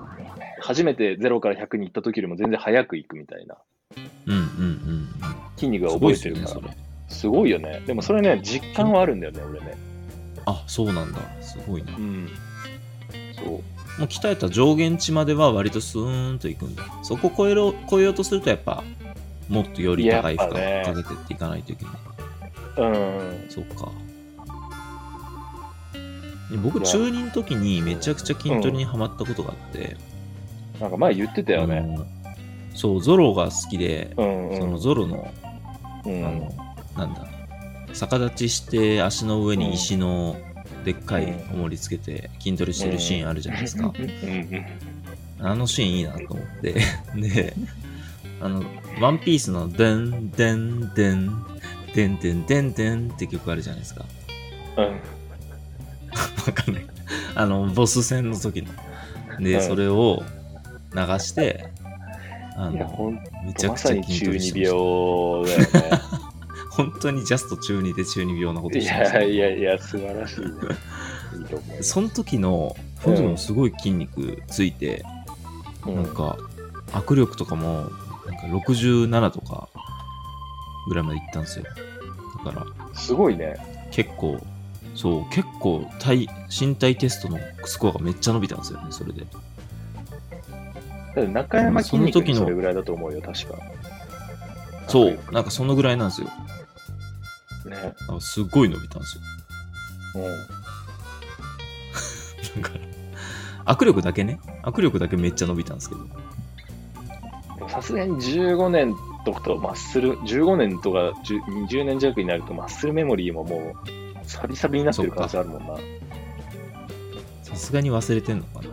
[SPEAKER 1] 初めて0から100に行った時よりも全然速く行くみたいな、
[SPEAKER 2] うん。うん。うん。
[SPEAKER 1] 筋肉
[SPEAKER 2] うん。
[SPEAKER 1] が
[SPEAKER 2] すご
[SPEAKER 1] 覚
[SPEAKER 2] い
[SPEAKER 1] え
[SPEAKER 2] です
[SPEAKER 1] て
[SPEAKER 2] よ
[SPEAKER 1] る
[SPEAKER 2] ね、
[SPEAKER 1] から。
[SPEAKER 2] それ。
[SPEAKER 1] すごいよね。でもそれね、実感はあるんだよね、俺ね。
[SPEAKER 2] あそうなんだすごいなも
[SPEAKER 1] うん。そう。
[SPEAKER 2] う鍛えた上限値までは割とスーンといくんだそこ超えろ超えようとするとやっぱもっとより高い負荷をか
[SPEAKER 1] やっぱ
[SPEAKER 2] けてっていかないといけない、
[SPEAKER 1] うん。
[SPEAKER 2] そっか僕中2の時にめちゃくちゃ筋トレにハマったことがあって、
[SPEAKER 1] なんか前言ってたよね。
[SPEAKER 2] あのそうゾロが好きで
[SPEAKER 1] う、んうん。
[SPEAKER 2] そのゾロの
[SPEAKER 1] う
[SPEAKER 2] あ
[SPEAKER 1] ん
[SPEAKER 2] の、なんだ、逆立ちして足の上に石のでっかい重りつけて筋トレしてるシーンあるじゃないです
[SPEAKER 1] う
[SPEAKER 2] か。
[SPEAKER 1] ん
[SPEAKER 2] あのシーンいいなと思って。 で、あの、ワンピースのデン、デン、デン、デン、デン、デン、デンって曲あるじゃないですか。
[SPEAKER 1] うん。
[SPEAKER 2] わかんない。あの、ボス戦の時の。
[SPEAKER 1] う
[SPEAKER 2] で、
[SPEAKER 1] ん
[SPEAKER 2] それを流して、あ
[SPEAKER 1] うん。いや、ほ
[SPEAKER 2] の、
[SPEAKER 1] ん
[SPEAKER 2] めち
[SPEAKER 1] と、
[SPEAKER 2] ゃ
[SPEAKER 1] ま
[SPEAKER 2] くちゃ
[SPEAKER 1] さに
[SPEAKER 2] 筋
[SPEAKER 1] 中
[SPEAKER 2] トレ
[SPEAKER 1] 二
[SPEAKER 2] してまし
[SPEAKER 1] 病だよね。
[SPEAKER 2] た。本当にジャスト中二で中二病のこと
[SPEAKER 1] い
[SPEAKER 2] してました
[SPEAKER 1] やいやいや、素晴らしいね。いいと思います
[SPEAKER 2] その時の、その時もすごい筋肉ついて、
[SPEAKER 1] うん
[SPEAKER 2] なんか、握力とかも、なんか67とかぐらいまでいったんですよ。だから、
[SPEAKER 1] すごいね。
[SPEAKER 2] 結構、そう、結構体、身体テストのスコアがめっちゃ伸びたんですよね、それで。
[SPEAKER 1] だって中山筋肉にそれぐらいだと思うよ、確か。
[SPEAKER 2] そう、なんかそのぐらいなんですよ。
[SPEAKER 1] ね。
[SPEAKER 2] なんかすごい伸びたんですよ。
[SPEAKER 1] う
[SPEAKER 2] なんか、握力だけね、握力だけめっちゃ伸びたんですけど。
[SPEAKER 1] ん。でもさすがに15年とかとマッスル、15年とか10 20年弱になるとマッスルメモリーももう、サビサビになってる可能性あるもんな。
[SPEAKER 2] さすがに忘れてんのかな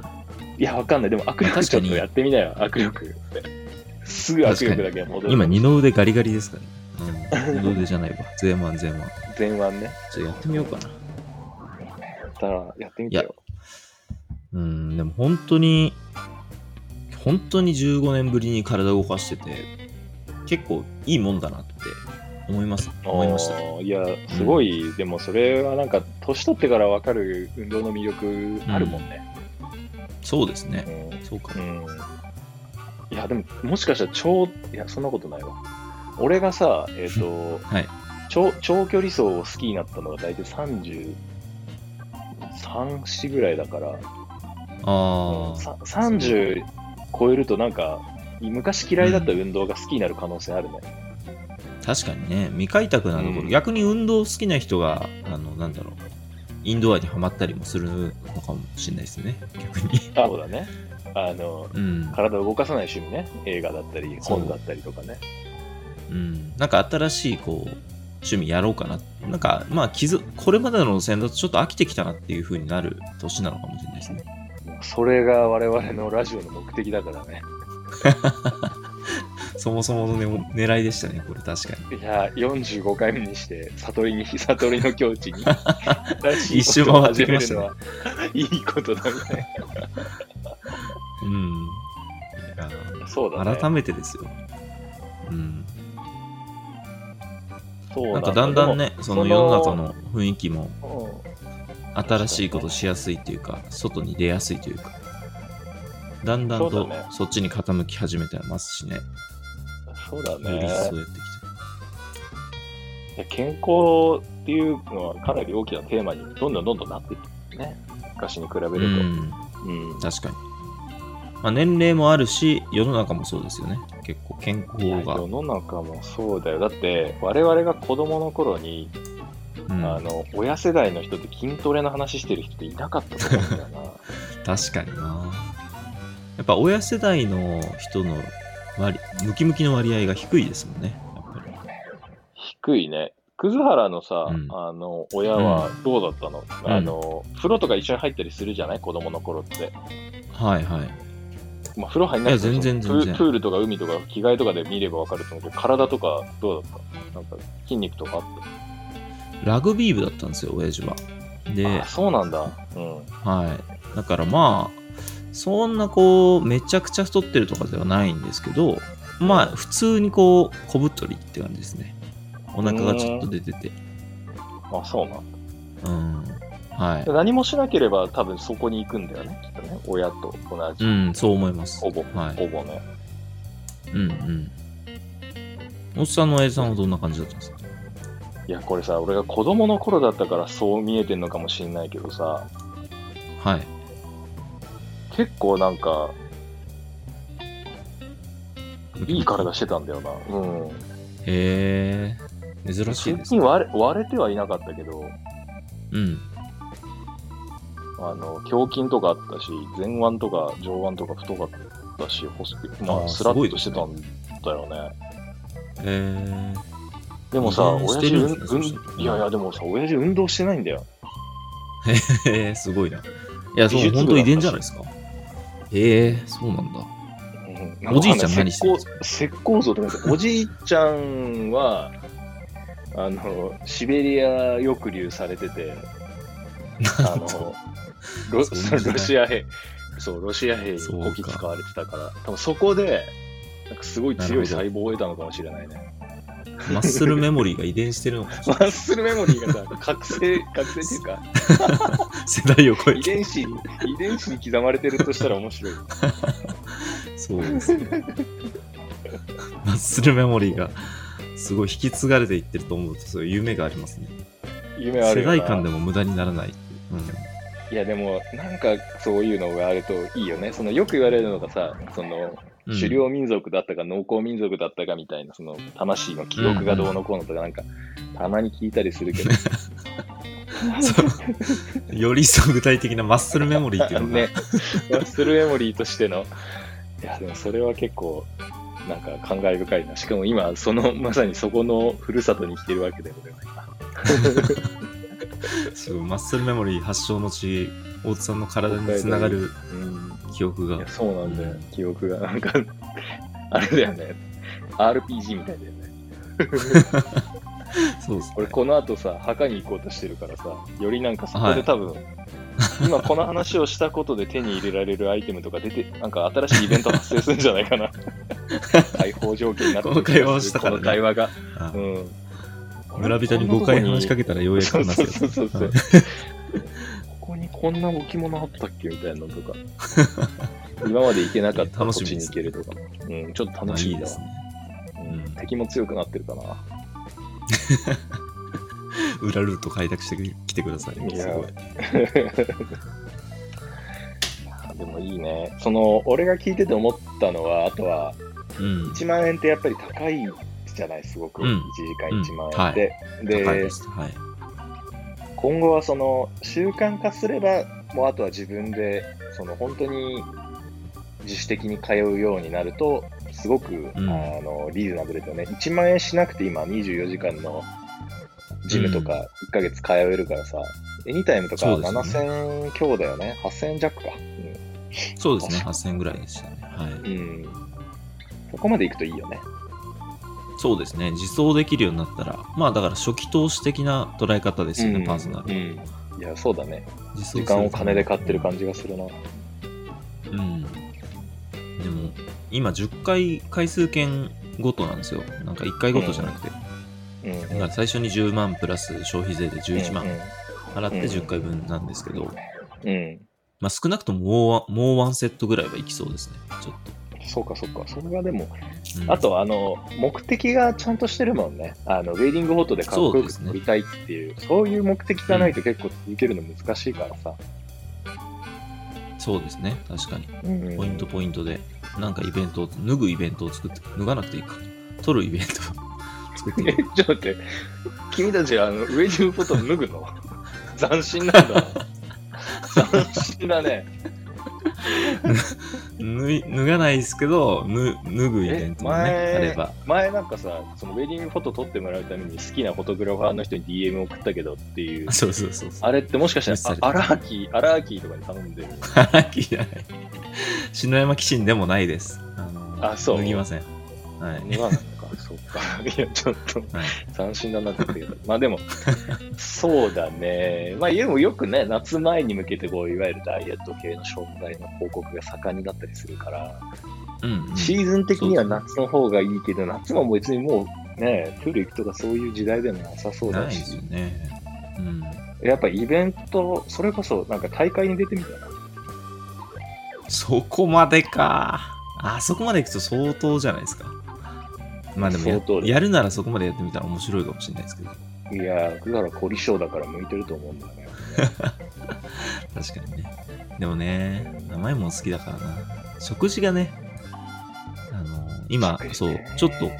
[SPEAKER 2] い
[SPEAKER 1] や、わかんない。でも握力ちょっとやってみなよ、握 力。すぐ握力だけは戻る。
[SPEAKER 2] 今、二の腕ガリガリですからね。うん、二の腕じゃないわ。 前腕前腕。
[SPEAKER 1] 前腕ね。
[SPEAKER 2] ちょっとやってみようかな。
[SPEAKER 1] だから、やってみてよ。
[SPEAKER 2] うん、でも本当に、本当に15年ぶりに体を動かしてて、結構いいもんだなって思います、思いました。
[SPEAKER 1] おーいや、すごい、でもそれはなんか、年取ってから分かる運動の魅力あるもんね。
[SPEAKER 2] そうです
[SPEAKER 1] う
[SPEAKER 2] ね。
[SPEAKER 1] ん
[SPEAKER 2] そうか
[SPEAKER 1] う
[SPEAKER 2] も。、
[SPEAKER 1] んいや、でも、もしかしたら超、いや、そんなことないわ。俺がさ、えっ、と
[SPEAKER 2] はい。
[SPEAKER 1] 長長距離走を好きになったのが大体33、4ぐらいだから、
[SPEAKER 2] ああ、
[SPEAKER 1] さ30超えるとなんか、昔嫌いだった運動が好きになる可能性あるね。
[SPEAKER 2] 確かにね、未開拓なところ、
[SPEAKER 1] うん
[SPEAKER 2] 逆に運動好きな人が、あの、なんだろう、インドアにはまったりもするのかもしれないですね、逆に。
[SPEAKER 1] あ、そうだね。あの、
[SPEAKER 2] うん。
[SPEAKER 1] 体を動かさない趣味ね。映画だったり、
[SPEAKER 2] そう
[SPEAKER 1] 本だったりとかね。
[SPEAKER 2] うん、なんか新しいこう趣味やろうかななんかまあ気づこれまでの路線だとちょっと飽きてきたなっていう風になる年なのかもしれないですね
[SPEAKER 1] それが我々のラジオの目的だからね。
[SPEAKER 2] そもそもの、ね、狙いでしたね、これ確かに。
[SPEAKER 1] いや、45回目にして、悟りに、 悟りの境地 に、
[SPEAKER 2] 一周回ってきまし
[SPEAKER 1] 新しいことを始める
[SPEAKER 2] たね
[SPEAKER 1] のは。いいことだみたい
[SPEAKER 2] うん。いや
[SPEAKER 1] な。そうだね。
[SPEAKER 2] 改めてですよ。うん。
[SPEAKER 1] そう
[SPEAKER 2] なんかだんだ
[SPEAKER 1] ね。
[SPEAKER 2] んね、そ
[SPEAKER 1] その
[SPEAKER 2] の世の中の雰囲気も
[SPEAKER 1] でもうん
[SPEAKER 2] 新しいことしやすいというか、外に出やすいというか、だんだん
[SPEAKER 1] そうだ
[SPEAKER 2] と
[SPEAKER 1] ね
[SPEAKER 2] そっちに傾き始めてますしね。
[SPEAKER 1] そうだ
[SPEAKER 2] よ
[SPEAKER 1] ね
[SPEAKER 2] り。そうやってきて
[SPEAKER 1] いや健康っていうのはかなり大きなテーマにどんどんどんどんなっていってるね。昔に比べると。
[SPEAKER 2] る。うん、
[SPEAKER 1] うん
[SPEAKER 2] 確かに。まあ、年齢もあるし、世の中もそうですよね。結構健
[SPEAKER 1] いや
[SPEAKER 2] 康が。
[SPEAKER 1] 世の中もそうだよ。だって、我々が子供の頃に、
[SPEAKER 2] うん
[SPEAKER 1] あの、親世代の人って筋トレの話してる人っていなかったと思うんだよな。
[SPEAKER 2] 確かになやっぱ親世代の人の割ムキムキの割合が低いですもんねやっぱり
[SPEAKER 1] 低いね。葛原のさ、
[SPEAKER 2] うん
[SPEAKER 1] あの、親はどうだったの、あの、風呂とか一緒に入ったりするじゃない子供の頃って。
[SPEAKER 2] はいはい
[SPEAKER 1] まあ、風呂入んない
[SPEAKER 2] いや全然全然
[SPEAKER 1] プールとか海とか着替えとかで見ればわかると思うけど、体とかどうだったなんか筋肉とかあった
[SPEAKER 2] ラグビー部だったんですよ親父はで
[SPEAKER 1] あそうなんだ。うん。
[SPEAKER 2] はいだからまあそんなこうめちゃくちゃ太ってるとかではないんですけどまあ普通にこう小太りって感じですねお腹がちょっと出てて
[SPEAKER 1] あ、そうなん
[SPEAKER 2] うんは
[SPEAKER 1] だ。何もしなければ多分そこに行くんだよね、きっとね。親と同
[SPEAKER 2] い
[SPEAKER 1] じ。
[SPEAKER 2] うんそう思います
[SPEAKER 1] ほぼ、
[SPEAKER 2] はい
[SPEAKER 1] ほぼね。
[SPEAKER 2] うんうんおっさんの親父さんはどんな感じだったんですか
[SPEAKER 1] いや、これさ、俺が子供の頃だったからそう見えてんのかもしんないけどさ、
[SPEAKER 2] はい
[SPEAKER 1] 結構なんか、いい体してたんだよな。うん。
[SPEAKER 2] へえ、珍しい
[SPEAKER 1] 最
[SPEAKER 2] です
[SPEAKER 1] 近
[SPEAKER 2] ね。
[SPEAKER 1] 割れ割れてはいなかったけど、
[SPEAKER 2] うん。
[SPEAKER 1] あの、胸筋とかあったし、前腕とか上腕とか太かったし、細く、
[SPEAKER 2] あ
[SPEAKER 1] まあ、
[SPEAKER 2] ー
[SPEAKER 1] スラッとし
[SPEAKER 2] す
[SPEAKER 1] て
[SPEAKER 2] ご
[SPEAKER 1] た
[SPEAKER 2] い
[SPEAKER 1] んだよね。
[SPEAKER 2] え
[SPEAKER 1] でもさ、
[SPEAKER 2] えー
[SPEAKER 1] 親
[SPEAKER 2] して
[SPEAKER 1] 父、
[SPEAKER 2] る
[SPEAKER 1] うん
[SPEAKER 2] ですね
[SPEAKER 1] ん、
[SPEAKER 2] そした
[SPEAKER 1] うん、
[SPEAKER 2] ら
[SPEAKER 1] いやいや、でもさ、親父運動してないんだよ。
[SPEAKER 2] ー、へーすごいな。いや、そ
[SPEAKER 1] 美
[SPEAKER 2] う、
[SPEAKER 1] 術部
[SPEAKER 2] 本当遺伝じゃないですか。へえ、そうなんだ。
[SPEAKER 1] う
[SPEAKER 2] おじいちゃん何してるん
[SPEAKER 1] る
[SPEAKER 2] です
[SPEAKER 1] 石膏像とか言っておじいちゃんは、あの、シベリア抑留されて て、あの、ロ
[SPEAKER 2] そんな時代
[SPEAKER 1] ロシア兵、そう、ロシア兵に
[SPEAKER 2] そうか
[SPEAKER 1] こき使われてたから、多分そこで、なんかすごい強い細胞を得たのかもしれないね。
[SPEAKER 2] マッスルメモリーが遺伝してるのかもし
[SPEAKER 1] マッスルメモリーがさ、覚醒、覚醒っていうか、
[SPEAKER 2] れない。世代を超え
[SPEAKER 1] 遺
[SPEAKER 2] て。
[SPEAKER 1] 伝子、遺伝子に刻まれてるとしたら面白い。
[SPEAKER 2] そうですね。マッスルメモリーが、すごい引き継がれていってると思うと、そういう夢がありますね。
[SPEAKER 1] 夢ある
[SPEAKER 2] 世
[SPEAKER 1] よな
[SPEAKER 2] 代間でも無駄にならないっていう。うん。
[SPEAKER 1] いやでもなんかそういうのがあるといいよねそのよく言われるのがさその
[SPEAKER 2] うん
[SPEAKER 1] 狩猟民族だったか農耕民族だったかみたいなその魂の記憶がどうのこうのとかなんかたまに聞いたりするけど
[SPEAKER 2] そうより一層具体的なマッスルメモリーっていうのが、
[SPEAKER 1] ねマッスルメモリーとしてのいやでもそれは結構なんか感慨深いなしかも今そのまさにそこのふるさとに来てるわけでもない
[SPEAKER 2] すごいマッスルメモリー発祥の地、大津さんの体につながる
[SPEAKER 1] うん
[SPEAKER 2] 記憶
[SPEAKER 1] い
[SPEAKER 2] が
[SPEAKER 1] や。そうなんだよ記憶がなんかあれだよね RPG みたいだよね
[SPEAKER 2] そうですね
[SPEAKER 1] 俺この後さ墓に行こうとしてるからさよりなんかそこで多分、今この話をしたことで手に入れられるアイテムとか出てなんか新しいイベント発生するんじゃないか な解放条件になってる
[SPEAKER 2] この会話をしたからね
[SPEAKER 1] この会話が、
[SPEAKER 2] あ
[SPEAKER 1] うん、
[SPEAKER 2] 村人に5回話しかけたらようやく
[SPEAKER 1] そうそ
[SPEAKER 2] 話せ
[SPEAKER 1] う
[SPEAKER 2] る。
[SPEAKER 1] そうそうそう
[SPEAKER 2] は
[SPEAKER 1] ここにこんな置物あったっけみたいなのとか今まで行けなか った
[SPEAKER 2] 楽
[SPEAKER 1] 土
[SPEAKER 2] し
[SPEAKER 1] 地に
[SPEAKER 2] みです
[SPEAKER 1] 行けるとか、うん、ちょっと
[SPEAKER 2] ま
[SPEAKER 1] 楽
[SPEAKER 2] あ
[SPEAKER 1] しみ
[SPEAKER 2] いい
[SPEAKER 1] だ
[SPEAKER 2] で
[SPEAKER 1] わ
[SPEAKER 2] すね。
[SPEAKER 1] うん敵も強くなってるかな
[SPEAKER 2] 裏ルート開拓してきてください。
[SPEAKER 1] いや
[SPEAKER 2] すごい。
[SPEAKER 1] でもいいね。その、俺が聞いてて思ったのは、あとは、
[SPEAKER 2] うん。
[SPEAKER 1] 1万円ってやっぱり高いじゃない、すごく。
[SPEAKER 2] うん
[SPEAKER 1] 1時間1万円で。
[SPEAKER 2] 高い
[SPEAKER 1] で
[SPEAKER 2] で、す。はい。
[SPEAKER 1] 今後はその、習慣化すれば、もうあとは自分で、その、本当に自主的に通うようになると、すごく、
[SPEAKER 2] うん
[SPEAKER 1] あの、リーズナブルだよね。1万円しなくて今、24時間のジムと
[SPEAKER 2] うん
[SPEAKER 1] か、1ヶ月通えるからさ、エニタイムとか
[SPEAKER 2] そうです
[SPEAKER 1] 7000強だよね。8000弱か。うん
[SPEAKER 2] そうですね。8000円ぐらいでしたね。はい。
[SPEAKER 1] うん。そこまで行くといいよね。
[SPEAKER 2] そうですね。自走できるようになったら、まあだから初期投資的な捉え方ですよね、パーソナル。
[SPEAKER 1] ル。うん。いや、そうだね。
[SPEAKER 2] 自走す
[SPEAKER 1] 時
[SPEAKER 2] る
[SPEAKER 1] 間を金で買ってる感じがするな。
[SPEAKER 2] うん。でも、今10回回数券ごとなんですよ。なんか1回ごとじゃなくて。
[SPEAKER 1] うん。
[SPEAKER 2] だから最初に10万プラス消費税で11万払って10回分なんですけど、
[SPEAKER 1] うん。うん。
[SPEAKER 2] まあ少なくとももうワンもうワンセットぐらいはいきそうですね。ちょっ
[SPEAKER 1] そうか、そうか。それはでも、
[SPEAKER 2] と。うん
[SPEAKER 1] あと、あの、目的がちゃんとしてるもんね。あの、ウェディングフォトでかっこ
[SPEAKER 2] そう
[SPEAKER 1] よ
[SPEAKER 2] で
[SPEAKER 1] く
[SPEAKER 2] すね
[SPEAKER 1] 撮りたいっていう、そういう目的がないと結構続けるの難しいからさ。
[SPEAKER 2] そうですね。確かに。
[SPEAKER 1] うん
[SPEAKER 2] ポイントポイントで、なんかイベントを、脱ぐイベントを作って、脱がなくていいか。取るイベント を作ってい
[SPEAKER 1] え、
[SPEAKER 2] く
[SPEAKER 1] ちょっと待って。君たち、あの、ウェディングフォト脱ぐの 斬新なん だ。斬新だね。
[SPEAKER 2] 脱い脱がないですけど、脱脱ぐイベントもね、
[SPEAKER 1] え前
[SPEAKER 2] あれば。
[SPEAKER 1] 前なんかさ、そのウェディングフォト撮ってもらうために好きなフォトグラファーの人に DM 送ったけどっていう
[SPEAKER 2] あ、そうそうそうそう。
[SPEAKER 1] あれってもしかした
[SPEAKER 2] 無視され
[SPEAKER 1] ら
[SPEAKER 2] た
[SPEAKER 1] あアラーキー、アラーキーとかに頼んでる。
[SPEAKER 2] 荒木じゃない。篠山紀信でもないです。あの
[SPEAKER 1] あそう
[SPEAKER 2] 脱ぎません。はい。
[SPEAKER 1] 脱が ないのか、そうか。いや、ちょっと
[SPEAKER 2] はい、
[SPEAKER 1] 斬新だなって言う けど。まあでも、そうだね。まあ、でもよくね、夏前に向けてこう、いわゆるダイエット系の障害の報告が盛んになったりするから、
[SPEAKER 2] うん、うん。
[SPEAKER 1] シーズン的には夏の方がいいけど、夏も別にもうね、プール行くとかそういう時代でもなさそう
[SPEAKER 2] ない
[SPEAKER 1] だ
[SPEAKER 2] で
[SPEAKER 1] し。
[SPEAKER 2] すよね。うん。
[SPEAKER 1] やっぱイベント、それこそなんか大会に出てみたら、
[SPEAKER 2] そこまでか。あそこまで行くと相当じゃないですか。まあでもや
[SPEAKER 1] 相当です
[SPEAKER 2] やるならそこまでやってみたら面白いかもしれないですけど。
[SPEAKER 1] いやー、だから凝り性だから向いてると思うんだよね。
[SPEAKER 2] 確かにね。でもね、甘いもん好きだからな。食事がね、あの、今、そう、ちょっと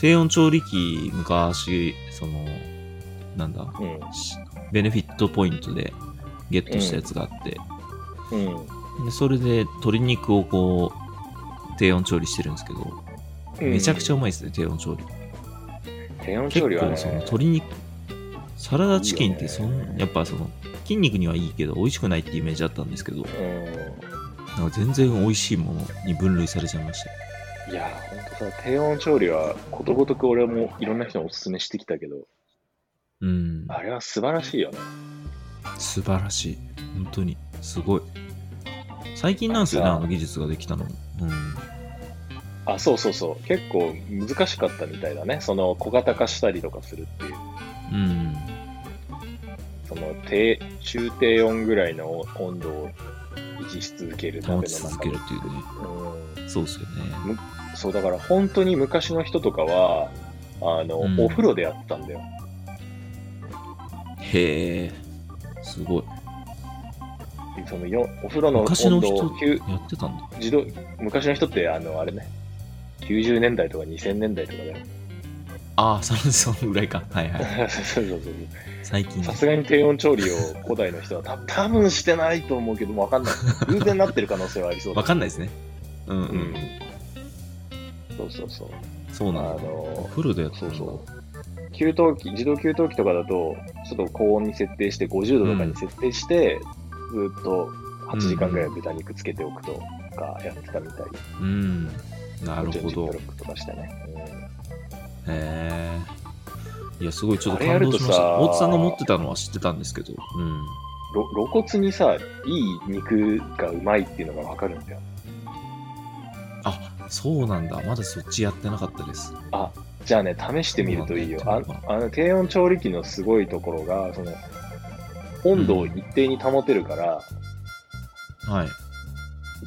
[SPEAKER 2] 低温調理器、昔、その、なんだ、
[SPEAKER 1] と。
[SPEAKER 2] しベネフィットポイントでゲットしたやつがあって、
[SPEAKER 1] うん。うん。
[SPEAKER 2] でそれで鶏肉をこう、低温調理してるんですけど、めちゃくちゃうまいですね、低温調理。
[SPEAKER 1] ゃ。低温
[SPEAKER 2] 結
[SPEAKER 1] 調理は
[SPEAKER 2] 構
[SPEAKER 1] ね、
[SPEAKER 2] その鶏肉、サラダチキンってそ
[SPEAKER 1] いいよ
[SPEAKER 2] ん、
[SPEAKER 1] ね
[SPEAKER 2] やっぱその、筋肉にはいいけど、美味しくないってイメージあったんですけど、
[SPEAKER 1] う
[SPEAKER 2] なんか全然美味しいものに分類されちゃいました。
[SPEAKER 1] ん。いやー、ほんとさ、低温調理はことごとく俺もいろんな人におすすめしてきたけど、
[SPEAKER 2] うん。
[SPEAKER 1] あれは素晴らしいよね。
[SPEAKER 2] 素晴らしい。本当に。すごい。最近なんですよね、
[SPEAKER 1] あ
[SPEAKER 2] あの技術ができたのも。うん。
[SPEAKER 1] あ、そうそうそう。結構難しかったみたいだね。その小型化したりとかするっていう。
[SPEAKER 2] うん。
[SPEAKER 1] その低、中低温ぐらいの温度を維持し続けるための
[SPEAKER 2] 保
[SPEAKER 1] 中
[SPEAKER 2] ち続けるっていうね。
[SPEAKER 1] うん。
[SPEAKER 2] そうですよね。
[SPEAKER 1] そうだから本当に昔の人とかはあの、
[SPEAKER 2] うん
[SPEAKER 1] お風呂でやったんだよ
[SPEAKER 2] へえ。すごい。
[SPEAKER 1] そのよお風呂の
[SPEAKER 2] 昔の
[SPEAKER 1] 温度
[SPEAKER 2] 人
[SPEAKER 1] をきゅう
[SPEAKER 2] やってたんだ。
[SPEAKER 1] 自動昔の人ってあのあれね90年代とか2000年代とかだよ
[SPEAKER 2] ああ、その、そのぐらいか。はいはい。
[SPEAKER 1] そうそうそう
[SPEAKER 2] 最近ね
[SPEAKER 1] さすがに低温調理を古代の人はた多分してないと思うけどもわかんない偶然なってる可能性はありそうだ
[SPEAKER 2] わかんないですね。うんう
[SPEAKER 1] うんん。そうそうそう
[SPEAKER 2] そう
[SPEAKER 1] あ
[SPEAKER 2] なんだ。お
[SPEAKER 1] の
[SPEAKER 2] 風呂でやってた
[SPEAKER 1] そ
[SPEAKER 2] ん
[SPEAKER 1] う
[SPEAKER 2] だ。
[SPEAKER 1] そう給湯器自動給湯器とかだとちょっと高温に設定して50度とかに設定して、ずっと8時間ぐらい豚肉つけておくとかやってたみたい、
[SPEAKER 2] うん。なる
[SPEAKER 1] ジョ
[SPEAKER 2] ほ
[SPEAKER 1] ンジッ
[SPEAKER 2] ど
[SPEAKER 1] プ。ロックとかしてね、
[SPEAKER 2] へえ。いや、すごい、ちょっ
[SPEAKER 1] あ
[SPEAKER 2] と
[SPEAKER 1] れや
[SPEAKER 2] 感
[SPEAKER 1] ると
[SPEAKER 2] 動し
[SPEAKER 1] さ
[SPEAKER 2] ました。大津さんが持ってたのは知ってたんですけど。うん。
[SPEAKER 1] うんろ露骨にさいい肉がうまいっていうのが分かるんだよ
[SPEAKER 2] あ、そうなんだ。まだそっちやってなかったです。
[SPEAKER 1] じゃあね試してみるといいよ
[SPEAKER 2] そうな
[SPEAKER 1] あ
[SPEAKER 2] んだやってみよう
[SPEAKER 1] あの低温調理器のすごいところがその温度を一定に保てるから、
[SPEAKER 2] はい。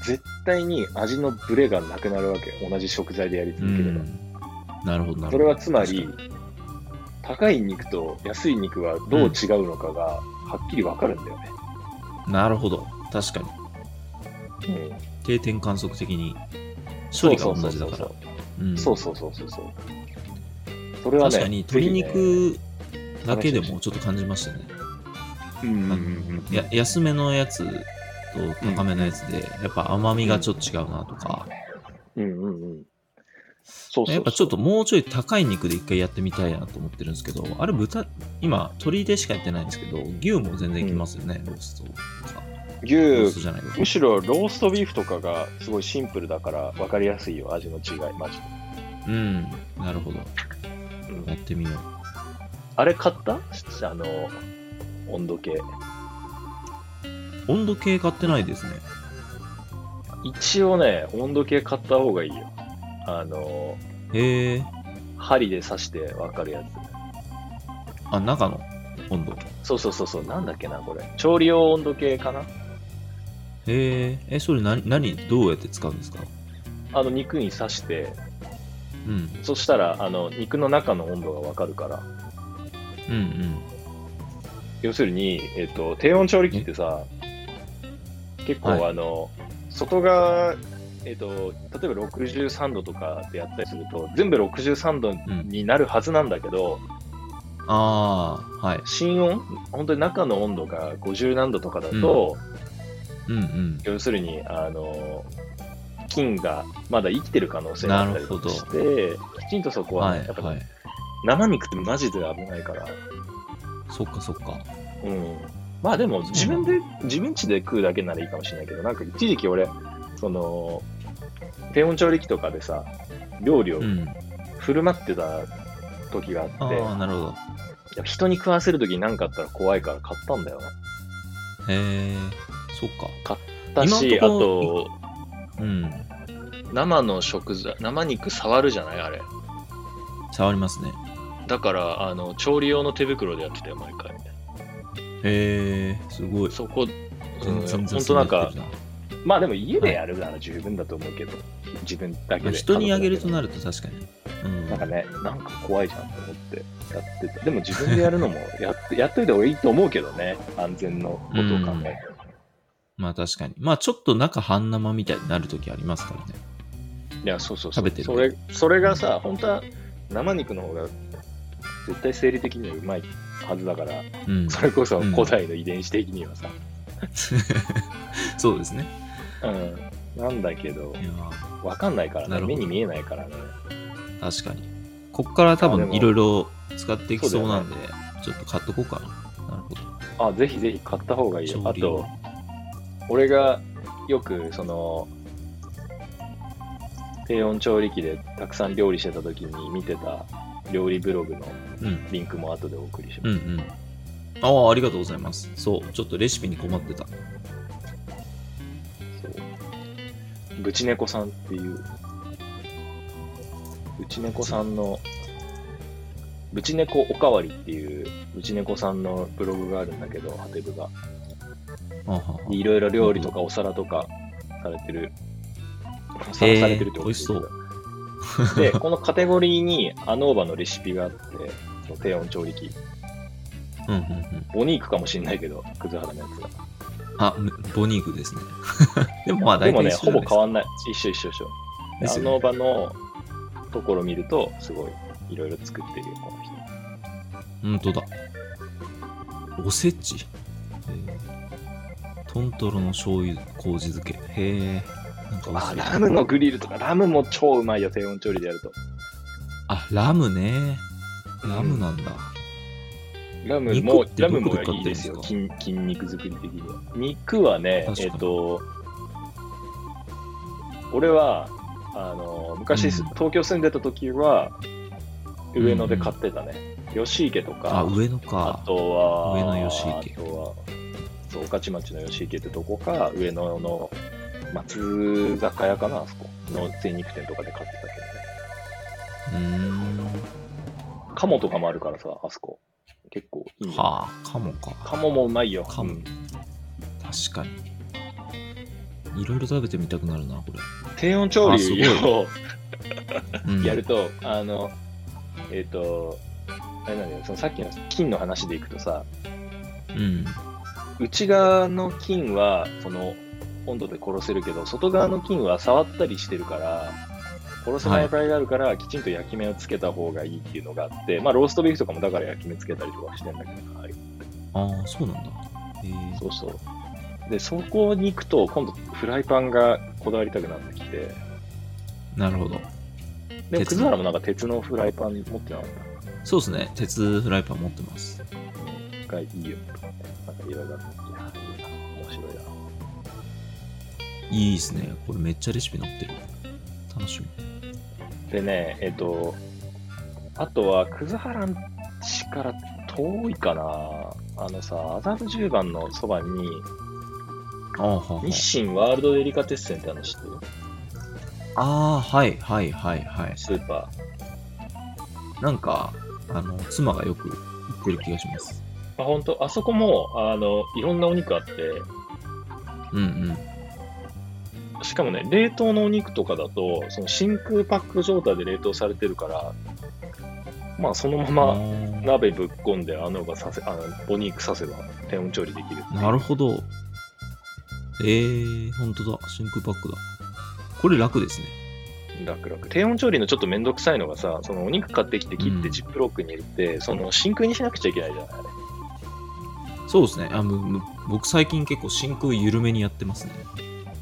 [SPEAKER 1] 絶対に味のブレがなくなるわけ同じ食材でやり
[SPEAKER 2] う
[SPEAKER 1] 続ければ、
[SPEAKER 2] ん。なるほど、なるほど。
[SPEAKER 1] それはつま
[SPEAKER 2] 確
[SPEAKER 1] り
[SPEAKER 2] かに、
[SPEAKER 1] 高い肉と安い肉はどう違うのかがはっきりわかるんだよね。
[SPEAKER 2] なるほど。確かに。
[SPEAKER 1] うん、
[SPEAKER 2] 定点観測的に。処理が同じだから。うん
[SPEAKER 1] そうそうそうそうそう。それはね、
[SPEAKER 2] 確かに、鶏
[SPEAKER 1] ぜ
[SPEAKER 2] 肉だけでもちょっと感じましたね。
[SPEAKER 1] ひね、うんうんうん、
[SPEAKER 2] や安めのやつと高めのやつで、やっぱ甘みがちょっと違うなとか、
[SPEAKER 1] うんうんうん。そうそうそう
[SPEAKER 2] やっぱちょっともうちょい高い肉で一回やってみたいなと思ってるんですけど、あれ豚、今、鶏でしかやってないんですけど、牛も全然いきますよね、ローストとか。ロー
[SPEAKER 1] 牛
[SPEAKER 2] ス、トじゃないわ
[SPEAKER 1] むしろローストビーフとかがすごいシンプルだから分かりやすいよ、味の違い、マジで。
[SPEAKER 2] うん、なるほど。
[SPEAKER 1] うん
[SPEAKER 2] やってみよう。
[SPEAKER 1] あれ買ったあの、温度計。
[SPEAKER 2] 温度計買ってないですね。
[SPEAKER 1] 一応ね、温度計買った方がいいよ。あの、
[SPEAKER 2] へえ。
[SPEAKER 1] 針で刺して分かるや
[SPEAKER 2] あ、中の温度。
[SPEAKER 1] つ。そうそうそうそう、なんだっけな、これ。調理用温度計かな
[SPEAKER 2] へえ。え、それ何、何、どうやって使うんですか
[SPEAKER 1] あの、肉に刺して、
[SPEAKER 2] うん。
[SPEAKER 1] そしたら、あの、肉の中の温度が分かるから。
[SPEAKER 2] うんうん。
[SPEAKER 1] 要するに、えっと、低温調理器ってさ、結構、
[SPEAKER 2] はい
[SPEAKER 1] あの、外側、えっと、例えば63度とかでやったりすると、全部63度
[SPEAKER 2] うん。
[SPEAKER 1] になるはずなんだけど、
[SPEAKER 2] ああ、はい。
[SPEAKER 1] 心温、本当に中の温度が50何度とかだと、
[SPEAKER 2] うんうん。
[SPEAKER 1] 要するに、あの、菌がまだ生きてる可能性があったりとかして、きちんとそこは、
[SPEAKER 2] はい
[SPEAKER 1] やっぱ、
[SPEAKER 2] はい。
[SPEAKER 1] 生肉ってマジで危ないから、
[SPEAKER 2] そっかそっか。
[SPEAKER 1] うん、まあでも自分で自分家で食うだけならいいかもしれないけどなんか一時期俺その低温調理器とかでさ料理を
[SPEAKER 2] うん。
[SPEAKER 1] 振る舞ってた時があ
[SPEAKER 2] あ
[SPEAKER 1] って、や
[SPEAKER 2] あ、なるほど。
[SPEAKER 1] っぱ人に食わせる時に何かあったら怖いから買ったんだよね。
[SPEAKER 2] へえ。そっか。
[SPEAKER 1] だしあ
[SPEAKER 2] 今んと
[SPEAKER 1] と
[SPEAKER 2] こうん。
[SPEAKER 1] 生の食材生肉触るじゃないあれ
[SPEAKER 2] 触りますね。
[SPEAKER 1] だからあの調理用の手袋でやってたよ毎回
[SPEAKER 2] へえ。すごい。
[SPEAKER 1] そこ、うん、
[SPEAKER 2] 全然
[SPEAKER 1] 本
[SPEAKER 2] 雑
[SPEAKER 1] 当
[SPEAKER 2] にや
[SPEAKER 1] な
[SPEAKER 2] っ
[SPEAKER 1] ん
[SPEAKER 2] て
[SPEAKER 1] か
[SPEAKER 2] るな
[SPEAKER 1] まあでも家でやるなら十分だと思うけど、自分だ
[SPEAKER 2] ま
[SPEAKER 1] け
[SPEAKER 2] あ
[SPEAKER 1] で
[SPEAKER 2] 人にあげると
[SPEAKER 1] な
[SPEAKER 2] なると確かに。うん。
[SPEAKER 1] なんかね、なんか怖いじゃんと思ってやってて、でも自分でや るのもやってやっといた方がいいと思うけどね、安全のことを考えて。
[SPEAKER 2] まあ確かに。まあちょっと中半生みたいになる時ありますからね。
[SPEAKER 1] いや、そうそうそう
[SPEAKER 2] 食べてる
[SPEAKER 1] それ。それがさ、本当は生肉の方が絶対生理的にはうまいはずだから、
[SPEAKER 2] うん。
[SPEAKER 1] それこそ古代の遺伝子的にはさ。
[SPEAKER 2] そうですね。
[SPEAKER 1] うんなんだけど
[SPEAKER 2] い、やー
[SPEAKER 1] わかんないから
[SPEAKER 2] な
[SPEAKER 1] ね、
[SPEAKER 2] るほ
[SPEAKER 1] 目
[SPEAKER 2] ど
[SPEAKER 1] に見えないからね。
[SPEAKER 2] 確かに。こっから多
[SPEAKER 1] あでも
[SPEAKER 2] 分いろいろ使っていきそうなんで、
[SPEAKER 1] そう
[SPEAKER 2] ちょっと買っとこうかな。なるほど。
[SPEAKER 1] あ、ぜひぜひ買った方がいいよ。
[SPEAKER 2] 調
[SPEAKER 1] あ
[SPEAKER 2] 理用
[SPEAKER 1] と、俺がよくその低温調理器でたくさん料理してた時に見てた料理ブログの
[SPEAKER 2] うん。
[SPEAKER 1] リンクも後でお送りし
[SPEAKER 2] う
[SPEAKER 1] ま
[SPEAKER 2] んう
[SPEAKER 1] す、
[SPEAKER 2] ん。ああ、ありがとうございます。そう、ちょっとレシピに困ってた。
[SPEAKER 1] そうぶち猫さんっていうぶち猫さんのぶち猫おかわりっていうぶち猫さんのブログがあるんだけどハテブが
[SPEAKER 2] あはは
[SPEAKER 1] でいろいろ料理とかお皿とかされてる、お皿されてるってことですけど
[SPEAKER 2] 美
[SPEAKER 1] で、このカテゴリーにアノーバのレシピがあって、その低温調理器。
[SPEAKER 2] うんうんうん。
[SPEAKER 1] ボニークかもしれないけど、葛原のやつが。
[SPEAKER 2] あ、むボニークですね。 でもまあ
[SPEAKER 1] で
[SPEAKER 2] 大
[SPEAKER 1] も
[SPEAKER 2] 体
[SPEAKER 1] ね、
[SPEAKER 2] 一緒じ
[SPEAKER 1] ほぼ
[SPEAKER 2] ゃないですか
[SPEAKER 1] 変わんない。一緒一緒一緒。
[SPEAKER 2] で
[SPEAKER 1] ですア
[SPEAKER 2] よね
[SPEAKER 1] ノーバのところ見ると、すごい、いろいろ作ってるよ、この人。
[SPEAKER 2] 本当だ。おせち。豚トロの醤油麹漬け。へえ。なんか美味
[SPEAKER 1] あ、
[SPEAKER 2] し
[SPEAKER 1] ラ
[SPEAKER 2] そう
[SPEAKER 1] ムのグリルとか、ラムも超うまいよ、低温調理でやると。
[SPEAKER 2] あ、ラムね。ラムなんだ。
[SPEAKER 1] ラムも
[SPEAKER 2] 肉っ、て
[SPEAKER 1] ラム
[SPEAKER 2] どこ
[SPEAKER 1] も
[SPEAKER 2] で買
[SPEAKER 1] い
[SPEAKER 2] っ
[SPEAKER 1] い
[SPEAKER 2] てるん
[SPEAKER 1] で
[SPEAKER 2] ですすか
[SPEAKER 1] よ、筋筋肉作り的には。肉はね
[SPEAKER 2] 確、か
[SPEAKER 1] えっ
[SPEAKER 2] に
[SPEAKER 1] と、俺は、あの、昔、
[SPEAKER 2] うん
[SPEAKER 1] 東京住んでた時は、上野で買ってたね。吉池とか、
[SPEAKER 2] あ、上野
[SPEAKER 1] あ
[SPEAKER 2] か。
[SPEAKER 1] とは、
[SPEAKER 2] 上野吉池
[SPEAKER 1] あとは、そう、御徒町の吉池ってとこか、上野の松坂屋かな、あそこの精肉店とかで買ってたけどね。
[SPEAKER 2] うーん。
[SPEAKER 1] 鴨とかもあるからさ、あそこ。結構いいよ。
[SPEAKER 2] はあ、かもか。
[SPEAKER 1] 鴨もうまいよ。
[SPEAKER 2] 鴨
[SPEAKER 1] うん
[SPEAKER 2] 確かに。いろいろ食べてみたくなるな、これ。
[SPEAKER 1] 低温調
[SPEAKER 2] あすごい
[SPEAKER 1] 理を
[SPEAKER 2] う ん、
[SPEAKER 1] やると、あの、えっ、と、あれなんだよ、そのさっきの菌の話でいくとさ、
[SPEAKER 2] うん。
[SPEAKER 1] 内側の菌は、その、温度で殺せるけど、外側の菌は触ったりしてるから、殺せない場合があるから、きちんと焼き目をつけた方がいいっていうのがあって、まあ、ローストビーフとかもだから焼き目つけたりとかしてんだけど、はい
[SPEAKER 2] ああ、そうなんだ。へえ。
[SPEAKER 1] そうそう。で、そこに行くと、今度、フライパンがこだわりたくなってきて、
[SPEAKER 2] なるほ
[SPEAKER 1] で
[SPEAKER 2] ど。
[SPEAKER 1] も、
[SPEAKER 2] 鉄
[SPEAKER 1] 葛
[SPEAKER 2] の
[SPEAKER 1] 原もなんか鉄のフライパン持ってなかった
[SPEAKER 2] そうですね。鉄フライパン持ってます。
[SPEAKER 1] がいいよとかね、なんかいろいろあっていやーいいな面白いな。
[SPEAKER 2] いいですね。これめっちゃレシピ載ってる。楽しみ。
[SPEAKER 1] でね、えっ、と、あとは、葛原市から遠いかな。あのさ、麻布十番のそばに、
[SPEAKER 2] ああ、はあは
[SPEAKER 1] 日清ワールドデリカテッセンってあるの知ってる
[SPEAKER 2] あ、あーはいはいはいはい。
[SPEAKER 1] スーパ
[SPEAKER 2] なんか、あの、妻がよく行ってる気がします。
[SPEAKER 1] ー。あ、本当あそこも、あの、いろんなお肉あって、
[SPEAKER 2] うんうん。
[SPEAKER 1] しかもね、冷凍のお肉とかだと、その真空パック状態で冷凍されてるから、まあ、そのま
[SPEAKER 2] あ
[SPEAKER 1] ま
[SPEAKER 2] ー
[SPEAKER 1] 鍋ぶっ込んで、あのがさせ、あの、お肉させば低温調理できる。
[SPEAKER 2] なるほど。ええー、ほんとだ。真空パックだ。これ楽ですね。
[SPEAKER 1] 楽々低温調理のちょっとめんどくさいのがさそのお肉買ってきて切っ
[SPEAKER 2] う
[SPEAKER 1] て
[SPEAKER 2] ん
[SPEAKER 1] ジップロックに入れて、その真空にしなくちゃいけないじゃないあれ
[SPEAKER 2] そうですね。あむむ僕最近結構真空緩めにやってますね。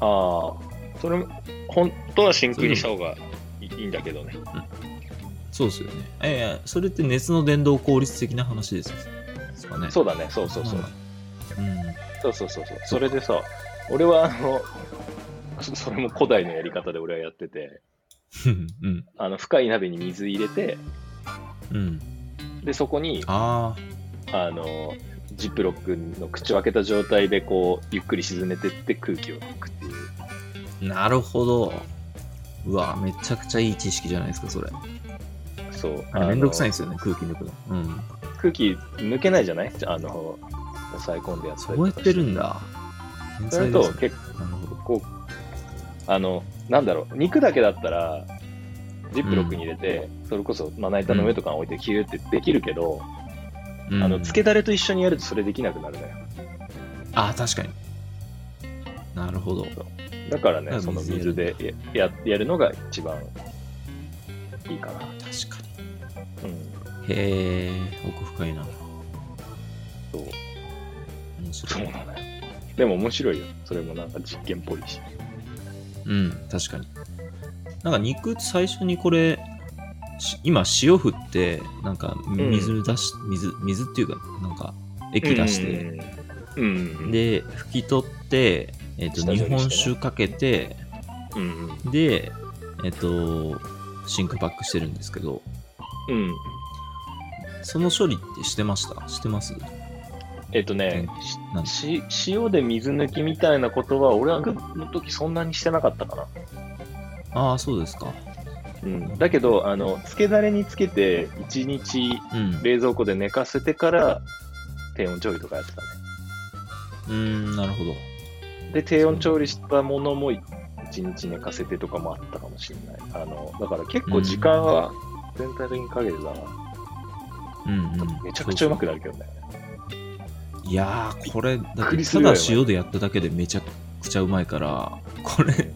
[SPEAKER 1] ああそれも本当は真空にした方がいいいいんだけどね
[SPEAKER 2] そうですよね。ええそれって熱の伝導効率的な話ですですかね。
[SPEAKER 1] そうだねそうそうそう、
[SPEAKER 2] うん。
[SPEAKER 1] そうそうそうそうそれでさ俺はあのそそれも古代のやり方で俺はやってて
[SPEAKER 2] うん。うん。
[SPEAKER 1] あの深い鍋に水入れて
[SPEAKER 2] うん。
[SPEAKER 1] でそこに
[SPEAKER 2] あ
[SPEAKER 1] あのジップロックの口を開けた状態でこうゆっくり沈めてって空気を抜くっていう
[SPEAKER 2] あ、なるほど。うわ、めちゃくちゃいい知識じゃないですか、それ。
[SPEAKER 1] そう
[SPEAKER 2] あれめんどくさいん
[SPEAKER 1] い
[SPEAKER 2] ですよね、空気抜くの。うん。
[SPEAKER 1] 空気抜けないじゃないあの抑え込んでやったりと
[SPEAKER 2] そう
[SPEAKER 1] か
[SPEAKER 2] やってるんだ。天
[SPEAKER 1] それ
[SPEAKER 2] 才で
[SPEAKER 1] と
[SPEAKER 2] すね。
[SPEAKER 1] 結
[SPEAKER 2] なるほど。
[SPEAKER 1] 構あのなんだろう肉だけだったらジップロックに入れて、それこそまな板の上とかに置いてキューってできるけど、
[SPEAKER 2] うん
[SPEAKER 1] あのつけだれと一緒にやるとそれできなくなるのよ
[SPEAKER 2] ああ、確かに。なるほど。
[SPEAKER 1] だからね
[SPEAKER 2] あ
[SPEAKER 1] その
[SPEAKER 2] 水
[SPEAKER 1] 水でやややるのが一番いいかな、
[SPEAKER 2] 確かに。
[SPEAKER 1] うん、
[SPEAKER 2] へえ、奥深いな。
[SPEAKER 1] そう
[SPEAKER 2] 面
[SPEAKER 1] そ
[SPEAKER 2] 白
[SPEAKER 1] う
[SPEAKER 2] い。
[SPEAKER 1] なのよでも面白いよそれもなんか実験っぽいし
[SPEAKER 2] うん、確かに。なんか肉最初にこれ、し今塩振って、なんか
[SPEAKER 1] ん
[SPEAKER 2] 水出し、水、水っていうか、なんか液出して、
[SPEAKER 1] うんうんうん
[SPEAKER 2] で、拭き取って、えっ、と、
[SPEAKER 1] 下処理
[SPEAKER 2] 日
[SPEAKER 1] してね
[SPEAKER 2] 本酒かけて、
[SPEAKER 1] うんうん
[SPEAKER 2] で、えっ、と、真空パックしてるんですけど、
[SPEAKER 1] うん
[SPEAKER 2] その処理ってしてましたしてます
[SPEAKER 1] えっとね、
[SPEAKER 2] なんだ
[SPEAKER 1] しし塩で水抜きみたいなことは、俺はの時そんなにしてなかったかな。
[SPEAKER 2] ああ、そうですか。
[SPEAKER 1] うん、だけど、あの、つけだれにつけて、1日
[SPEAKER 2] うん。う
[SPEAKER 1] 冷蔵庫で寝かせてから、低温調理とかやってた
[SPEAKER 2] ーん、なるほど。
[SPEAKER 1] ね。で、低温調理したものも1日寝かせてとかもあったかもしれない。あの、だから結構時間は全体的にかけてたな。
[SPEAKER 2] うんうん。
[SPEAKER 1] めちゃくちゃうまく
[SPEAKER 2] な
[SPEAKER 1] なるけどね。
[SPEAKER 2] いやー、これ、だ
[SPEAKER 1] びっ
[SPEAKER 2] っ
[SPEAKER 1] く
[SPEAKER 2] て
[SPEAKER 1] りす
[SPEAKER 2] た
[SPEAKER 1] るよ
[SPEAKER 2] だ塩でやっただけでめちゃくちゃうまいから、これ、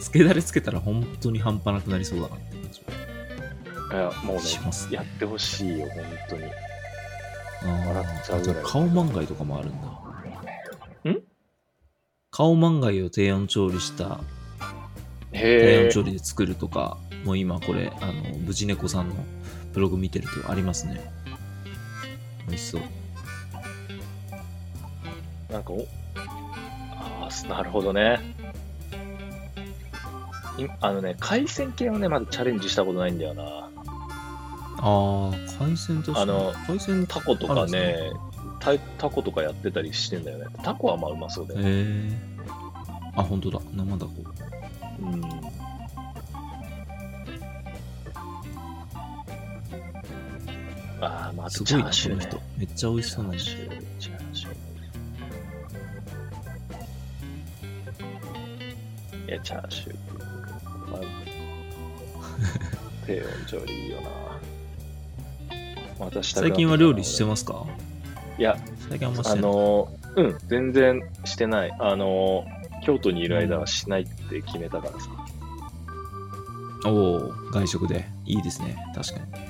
[SPEAKER 2] つけだれつけたら本当に半端なくなりそうだなって感
[SPEAKER 1] い
[SPEAKER 2] じ
[SPEAKER 1] や、もうね、
[SPEAKER 2] しますね
[SPEAKER 1] やってほしいよ、本当に。
[SPEAKER 2] あー
[SPEAKER 1] 笑っちゃうぐらい
[SPEAKER 2] あと顔まんがいとかもあるんだ。
[SPEAKER 1] ん
[SPEAKER 2] 顔まんがいを低温調理した、低
[SPEAKER 1] へ
[SPEAKER 2] 温
[SPEAKER 1] え。
[SPEAKER 2] 調理で作るとか、もう今これ、あの、無事猫さんのブログ見てるとありますね。美味しそう。
[SPEAKER 1] なんかお、ああ、なるほどね。いあのね、海鮮系はね、まだチャレンジしたことないんだよな。
[SPEAKER 2] ああ、海鮮と
[SPEAKER 1] あの
[SPEAKER 2] 海鮮
[SPEAKER 1] タコと
[SPEAKER 2] ある
[SPEAKER 1] か
[SPEAKER 2] んで
[SPEAKER 1] ね、タタコとかやってたりしてんだよね。タコはまあうまそうだよね。
[SPEAKER 2] えー、あ、本当だ。生だこ。
[SPEAKER 1] うん。ああ、まあ、あ
[SPEAKER 2] す
[SPEAKER 1] と
[SPEAKER 2] ご
[SPEAKER 1] チ
[SPEAKER 2] い
[SPEAKER 1] ャ
[SPEAKER 2] な、
[SPEAKER 1] ーシ
[SPEAKER 2] こ
[SPEAKER 1] ュー
[SPEAKER 2] の
[SPEAKER 1] ね
[SPEAKER 2] 人。。めっちゃ美味し
[SPEAKER 1] チ
[SPEAKER 2] そ
[SPEAKER 1] ャ
[SPEAKER 2] うな
[SPEAKER 1] ー
[SPEAKER 2] の。
[SPEAKER 1] シュー、チャーシュー。いや、チャーシュー。まあ、低温調理いいよな。またしたくなってきたな
[SPEAKER 2] 最近は料理してますか
[SPEAKER 1] いや、
[SPEAKER 2] 最近あんまし
[SPEAKER 1] あ
[SPEAKER 2] てない。
[SPEAKER 1] の、うん、全然してない。あの、京都にいる間はしないって決めたからさ。
[SPEAKER 2] おおー外食で。いいですね。確かに。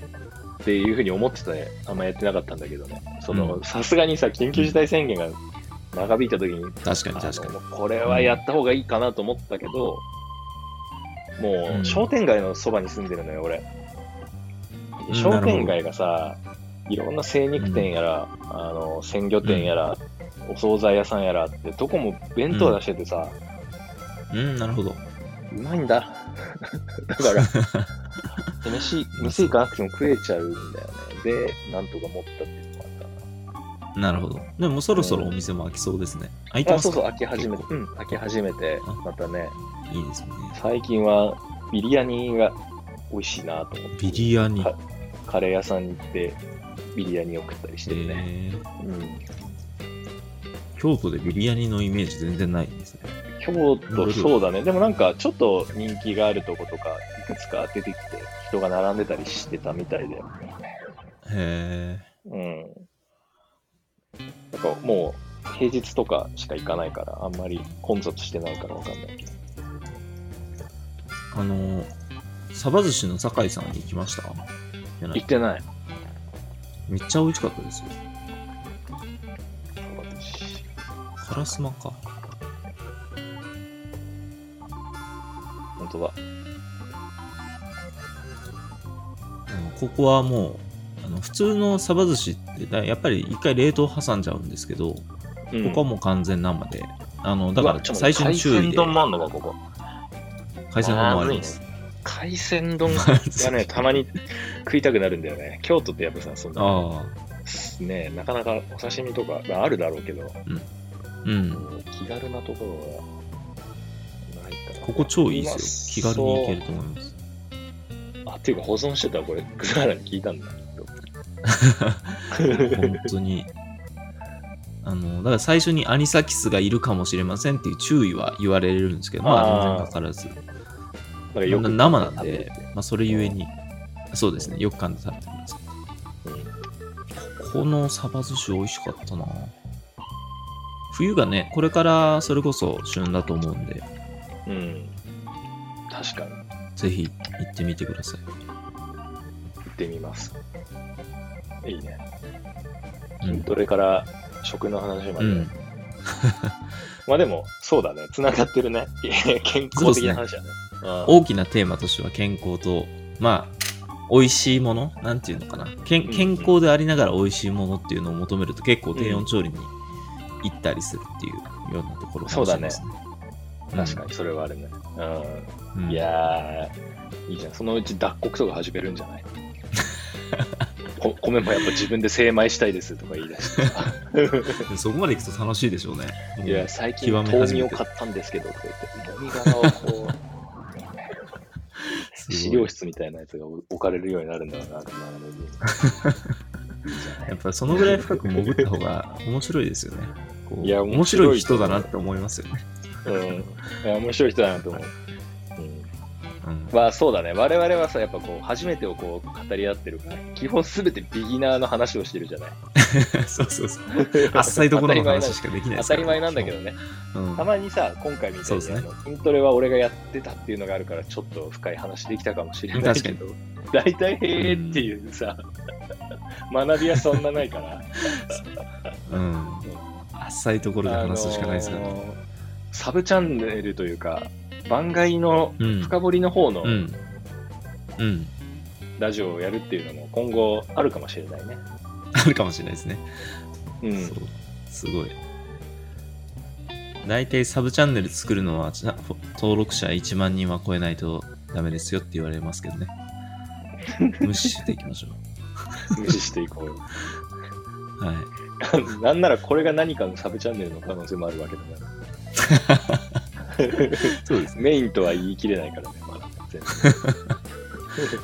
[SPEAKER 1] っていうふうに思ってて、あんまやってなかったんだけどね。そうの、さすがにさ、緊急事態宣言が長引いた時に、
[SPEAKER 2] 確かに、
[SPEAKER 1] あの
[SPEAKER 2] 確かに。
[SPEAKER 1] これはやった方がいいかなと思ったけど、も
[SPEAKER 2] う
[SPEAKER 1] うん商店街のそばに住んでるのよ、俺。
[SPEAKER 2] うん
[SPEAKER 1] 商店街がさ、いろんな精肉店やら、あの鮮魚店やら、お惣菜屋さんやらあって、どこも弁当出しててさ、
[SPEAKER 2] うん、なるほど。
[SPEAKER 1] うまいんだ。 だから、 飯、店行かなくても食えちゃうんだよね。で、なんとか持ったっていうのもあったな
[SPEAKER 2] なるほど。でももうそろそろお店も開きそうですね。開いて
[SPEAKER 1] あ、
[SPEAKER 2] ます
[SPEAKER 1] そうそ
[SPEAKER 2] か
[SPEAKER 1] う、開き始めて、うん、開き始めて
[SPEAKER 2] あ、
[SPEAKER 1] またね、
[SPEAKER 2] いいですね。
[SPEAKER 1] 最近はビリヤニが美味しいなと思って、
[SPEAKER 2] ビリヤニ。
[SPEAKER 1] かカレー屋さんに行って、ビリヤニを食ったりしてるね。
[SPEAKER 2] えー
[SPEAKER 1] うん。
[SPEAKER 2] 京都でビリヤニのイメージ全然ないですね。
[SPEAKER 1] 京
[SPEAKER 2] な
[SPEAKER 1] 都、
[SPEAKER 2] るほど
[SPEAKER 1] そうだね。でもなんか、ちょっと人気があるとことか、いくつか出てきて、人が並んでたりしてたみたいだよね。
[SPEAKER 2] へ
[SPEAKER 1] うん。なんかもう、平日とかしか行かないから、あんまり混雑してないからわかんないけど。
[SPEAKER 2] ーあのー、サバ寿司の酒井さんに行きましたじゃな
[SPEAKER 1] 行
[SPEAKER 2] い
[SPEAKER 1] ってない。
[SPEAKER 2] めっちゃ美味しかったですよ。
[SPEAKER 1] 私
[SPEAKER 2] カラスマか。
[SPEAKER 1] 本当だ。
[SPEAKER 2] あのここはもう、あの普通のサバ寿司ってだやっぱり一回冷凍挟んじゃうんですけど、
[SPEAKER 1] うん
[SPEAKER 2] ここはもう完全生で、あのだから最初の注意で
[SPEAKER 1] うわちょっと待って海鮮丼もあんのか、ここ。
[SPEAKER 2] 海鮮丼もあります。
[SPEAKER 1] 海鮮丼 がね、たまに食いたくなるんだよね。京都ってやっぱさ、そんな、
[SPEAKER 2] ああ、
[SPEAKER 1] ね、なかなかお刺身とか、まあ、あるだろうけど、
[SPEAKER 2] うん。
[SPEAKER 1] 気軽なところがないから。
[SPEAKER 2] ここ超いいですよ。気軽に行け
[SPEAKER 1] る
[SPEAKER 2] ると思います。
[SPEAKER 1] あ、っていうか保存してたわこれ、葛原に聞いたんだ、きっと。
[SPEAKER 2] 本当に。あの、だから最初にアニサキスがいるかもしれませんっていう注意は言われるんですけど、ま
[SPEAKER 1] あ
[SPEAKER 2] あ
[SPEAKER 1] ー
[SPEAKER 2] 全然かからず。
[SPEAKER 1] なんか
[SPEAKER 2] まあ生なんで、まあそれゆえに、そうですね、よく噛んで食べてください。このサバ寿司美味しかったな冬がね、これからそれこそ旬だと思うんで、
[SPEAKER 1] うん。うん確かに、行
[SPEAKER 2] ぜひ行ってみてください。
[SPEAKER 1] ってみます。いいね。
[SPEAKER 2] うん
[SPEAKER 1] どれから食の話ま
[SPEAKER 2] う
[SPEAKER 1] で。
[SPEAKER 2] ん、
[SPEAKER 1] まあでも、そうだね。繋がってるね。 健康的な話だね。うん
[SPEAKER 2] 大きなテーマとしては健康と、まあ、美味しいものなんていうのかな健。健康でありながら美味しいものっていうのを求めると結構低温調理に行ったりするっていうようなところかもしれないですね。
[SPEAKER 1] 確かに、それはあるね。
[SPEAKER 2] に
[SPEAKER 1] うん。いやー、いいじゃん。そのうち脱穀とか始めるんじゃ ないこ米もやっぱ自分で精米したいですとか言い出してさ。
[SPEAKER 2] そこまで行くと楽しいでしょうね。
[SPEAKER 1] いや、最近
[SPEAKER 2] 極め始め
[SPEAKER 1] 豆
[SPEAKER 2] て
[SPEAKER 1] 苗買ったんですけどとか言って、 もみ殻をこう、
[SPEAKER 2] すごい
[SPEAKER 1] 資料室みたいなやつが置かれるようになるんだろうな、って
[SPEAKER 2] やっぱそのぐらい深く潜った方が面白いですよね。こう
[SPEAKER 1] いや
[SPEAKER 2] 面
[SPEAKER 1] 面
[SPEAKER 2] 白
[SPEAKER 1] 白
[SPEAKER 2] い
[SPEAKER 1] い
[SPEAKER 2] 人だなって思います よね。
[SPEAKER 1] うん。いや、面白い人だなと思う。うん
[SPEAKER 2] うん、
[SPEAKER 1] まあそうだね、我々はさ、やっぱこう、初めてをこう語り合ってるから、基本すべてビギナーの話をしてるじゃない。
[SPEAKER 2] そうそうそう。 あっさりどころの話しかできないで
[SPEAKER 1] 当
[SPEAKER 2] すか
[SPEAKER 1] た
[SPEAKER 2] ら
[SPEAKER 1] り前なんだけどね、
[SPEAKER 2] うん
[SPEAKER 1] たまにさ、今回みた
[SPEAKER 2] そ
[SPEAKER 1] いうに
[SPEAKER 2] ですね
[SPEAKER 1] あの筋トレは俺がやってたっていうのがあるから、ちょっと深い話できたかもしれないけど、大体へえっていうさ、学びはそんなないから、
[SPEAKER 2] うん。あっさりところで話すしかないですから
[SPEAKER 1] あ
[SPEAKER 2] ね。
[SPEAKER 1] のーサブチャンネルというか、番外の
[SPEAKER 2] うん。
[SPEAKER 1] 深掘りの方の
[SPEAKER 2] うん。うん。
[SPEAKER 1] ラジオをやるっていうのも今後あるかもしれないね。
[SPEAKER 2] あるかもしれないですね。
[SPEAKER 1] う
[SPEAKER 2] そ
[SPEAKER 1] ん
[SPEAKER 2] う。すごい。大体サブチャンネル作るのはちな登録者1万人は超えないとダメですよって言われますけど ね。無視していきましょ
[SPEAKER 1] 無視していこうよ。
[SPEAKER 2] う。はい。
[SPEAKER 1] なんならこれが何かのサブチャンネルの可能性もあるわけだから。
[SPEAKER 2] そうですね。
[SPEAKER 1] メインとは言い切れないからね、まだ全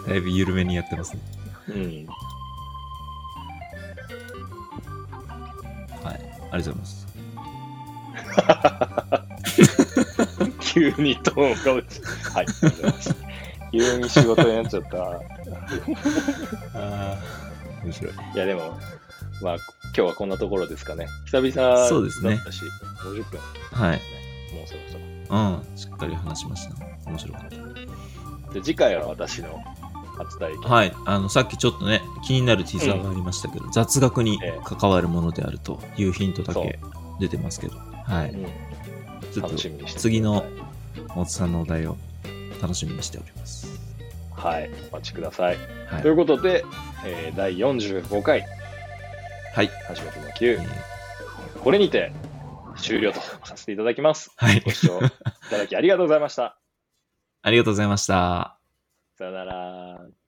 [SPEAKER 2] だいぶ緩めにやってますね。
[SPEAKER 1] 然。
[SPEAKER 2] はい。ありがとうございます。
[SPEAKER 1] うん。急にトーンが落ちはい、ありがとうございます急に仕事になっちゃった。
[SPEAKER 2] ああ。面白い。
[SPEAKER 1] いや、でも、まあ、今日はこんなところですかね。久々だったし、
[SPEAKER 2] そうですね
[SPEAKER 1] 50分、
[SPEAKER 2] はい。
[SPEAKER 1] もうそろそろ。
[SPEAKER 2] うん。しっかり話しました。面白かった。
[SPEAKER 1] で次回は私の初体験。
[SPEAKER 2] はい、あのさっきちょっとね気になるティザーがありましたけど、雑学に関わるものであるというヒントだ
[SPEAKER 1] そう
[SPEAKER 2] け出てますけど、は
[SPEAKER 1] う
[SPEAKER 2] い、
[SPEAKER 1] ん
[SPEAKER 2] ちょっと
[SPEAKER 1] 楽しみにしてて
[SPEAKER 2] 次の大津さんのお題を楽しみにしております。
[SPEAKER 1] はい、お待ちください。
[SPEAKER 2] はい
[SPEAKER 1] とい、うことで、えー第45回、
[SPEAKER 2] はい
[SPEAKER 1] 初めての
[SPEAKER 2] え
[SPEAKER 1] 9、
[SPEAKER 2] ー
[SPEAKER 1] これにて終了とさせていただきます。
[SPEAKER 2] はい
[SPEAKER 1] ご。視聴いただきありがとうございました。
[SPEAKER 2] ありがとうございました。
[SPEAKER 1] さよなら。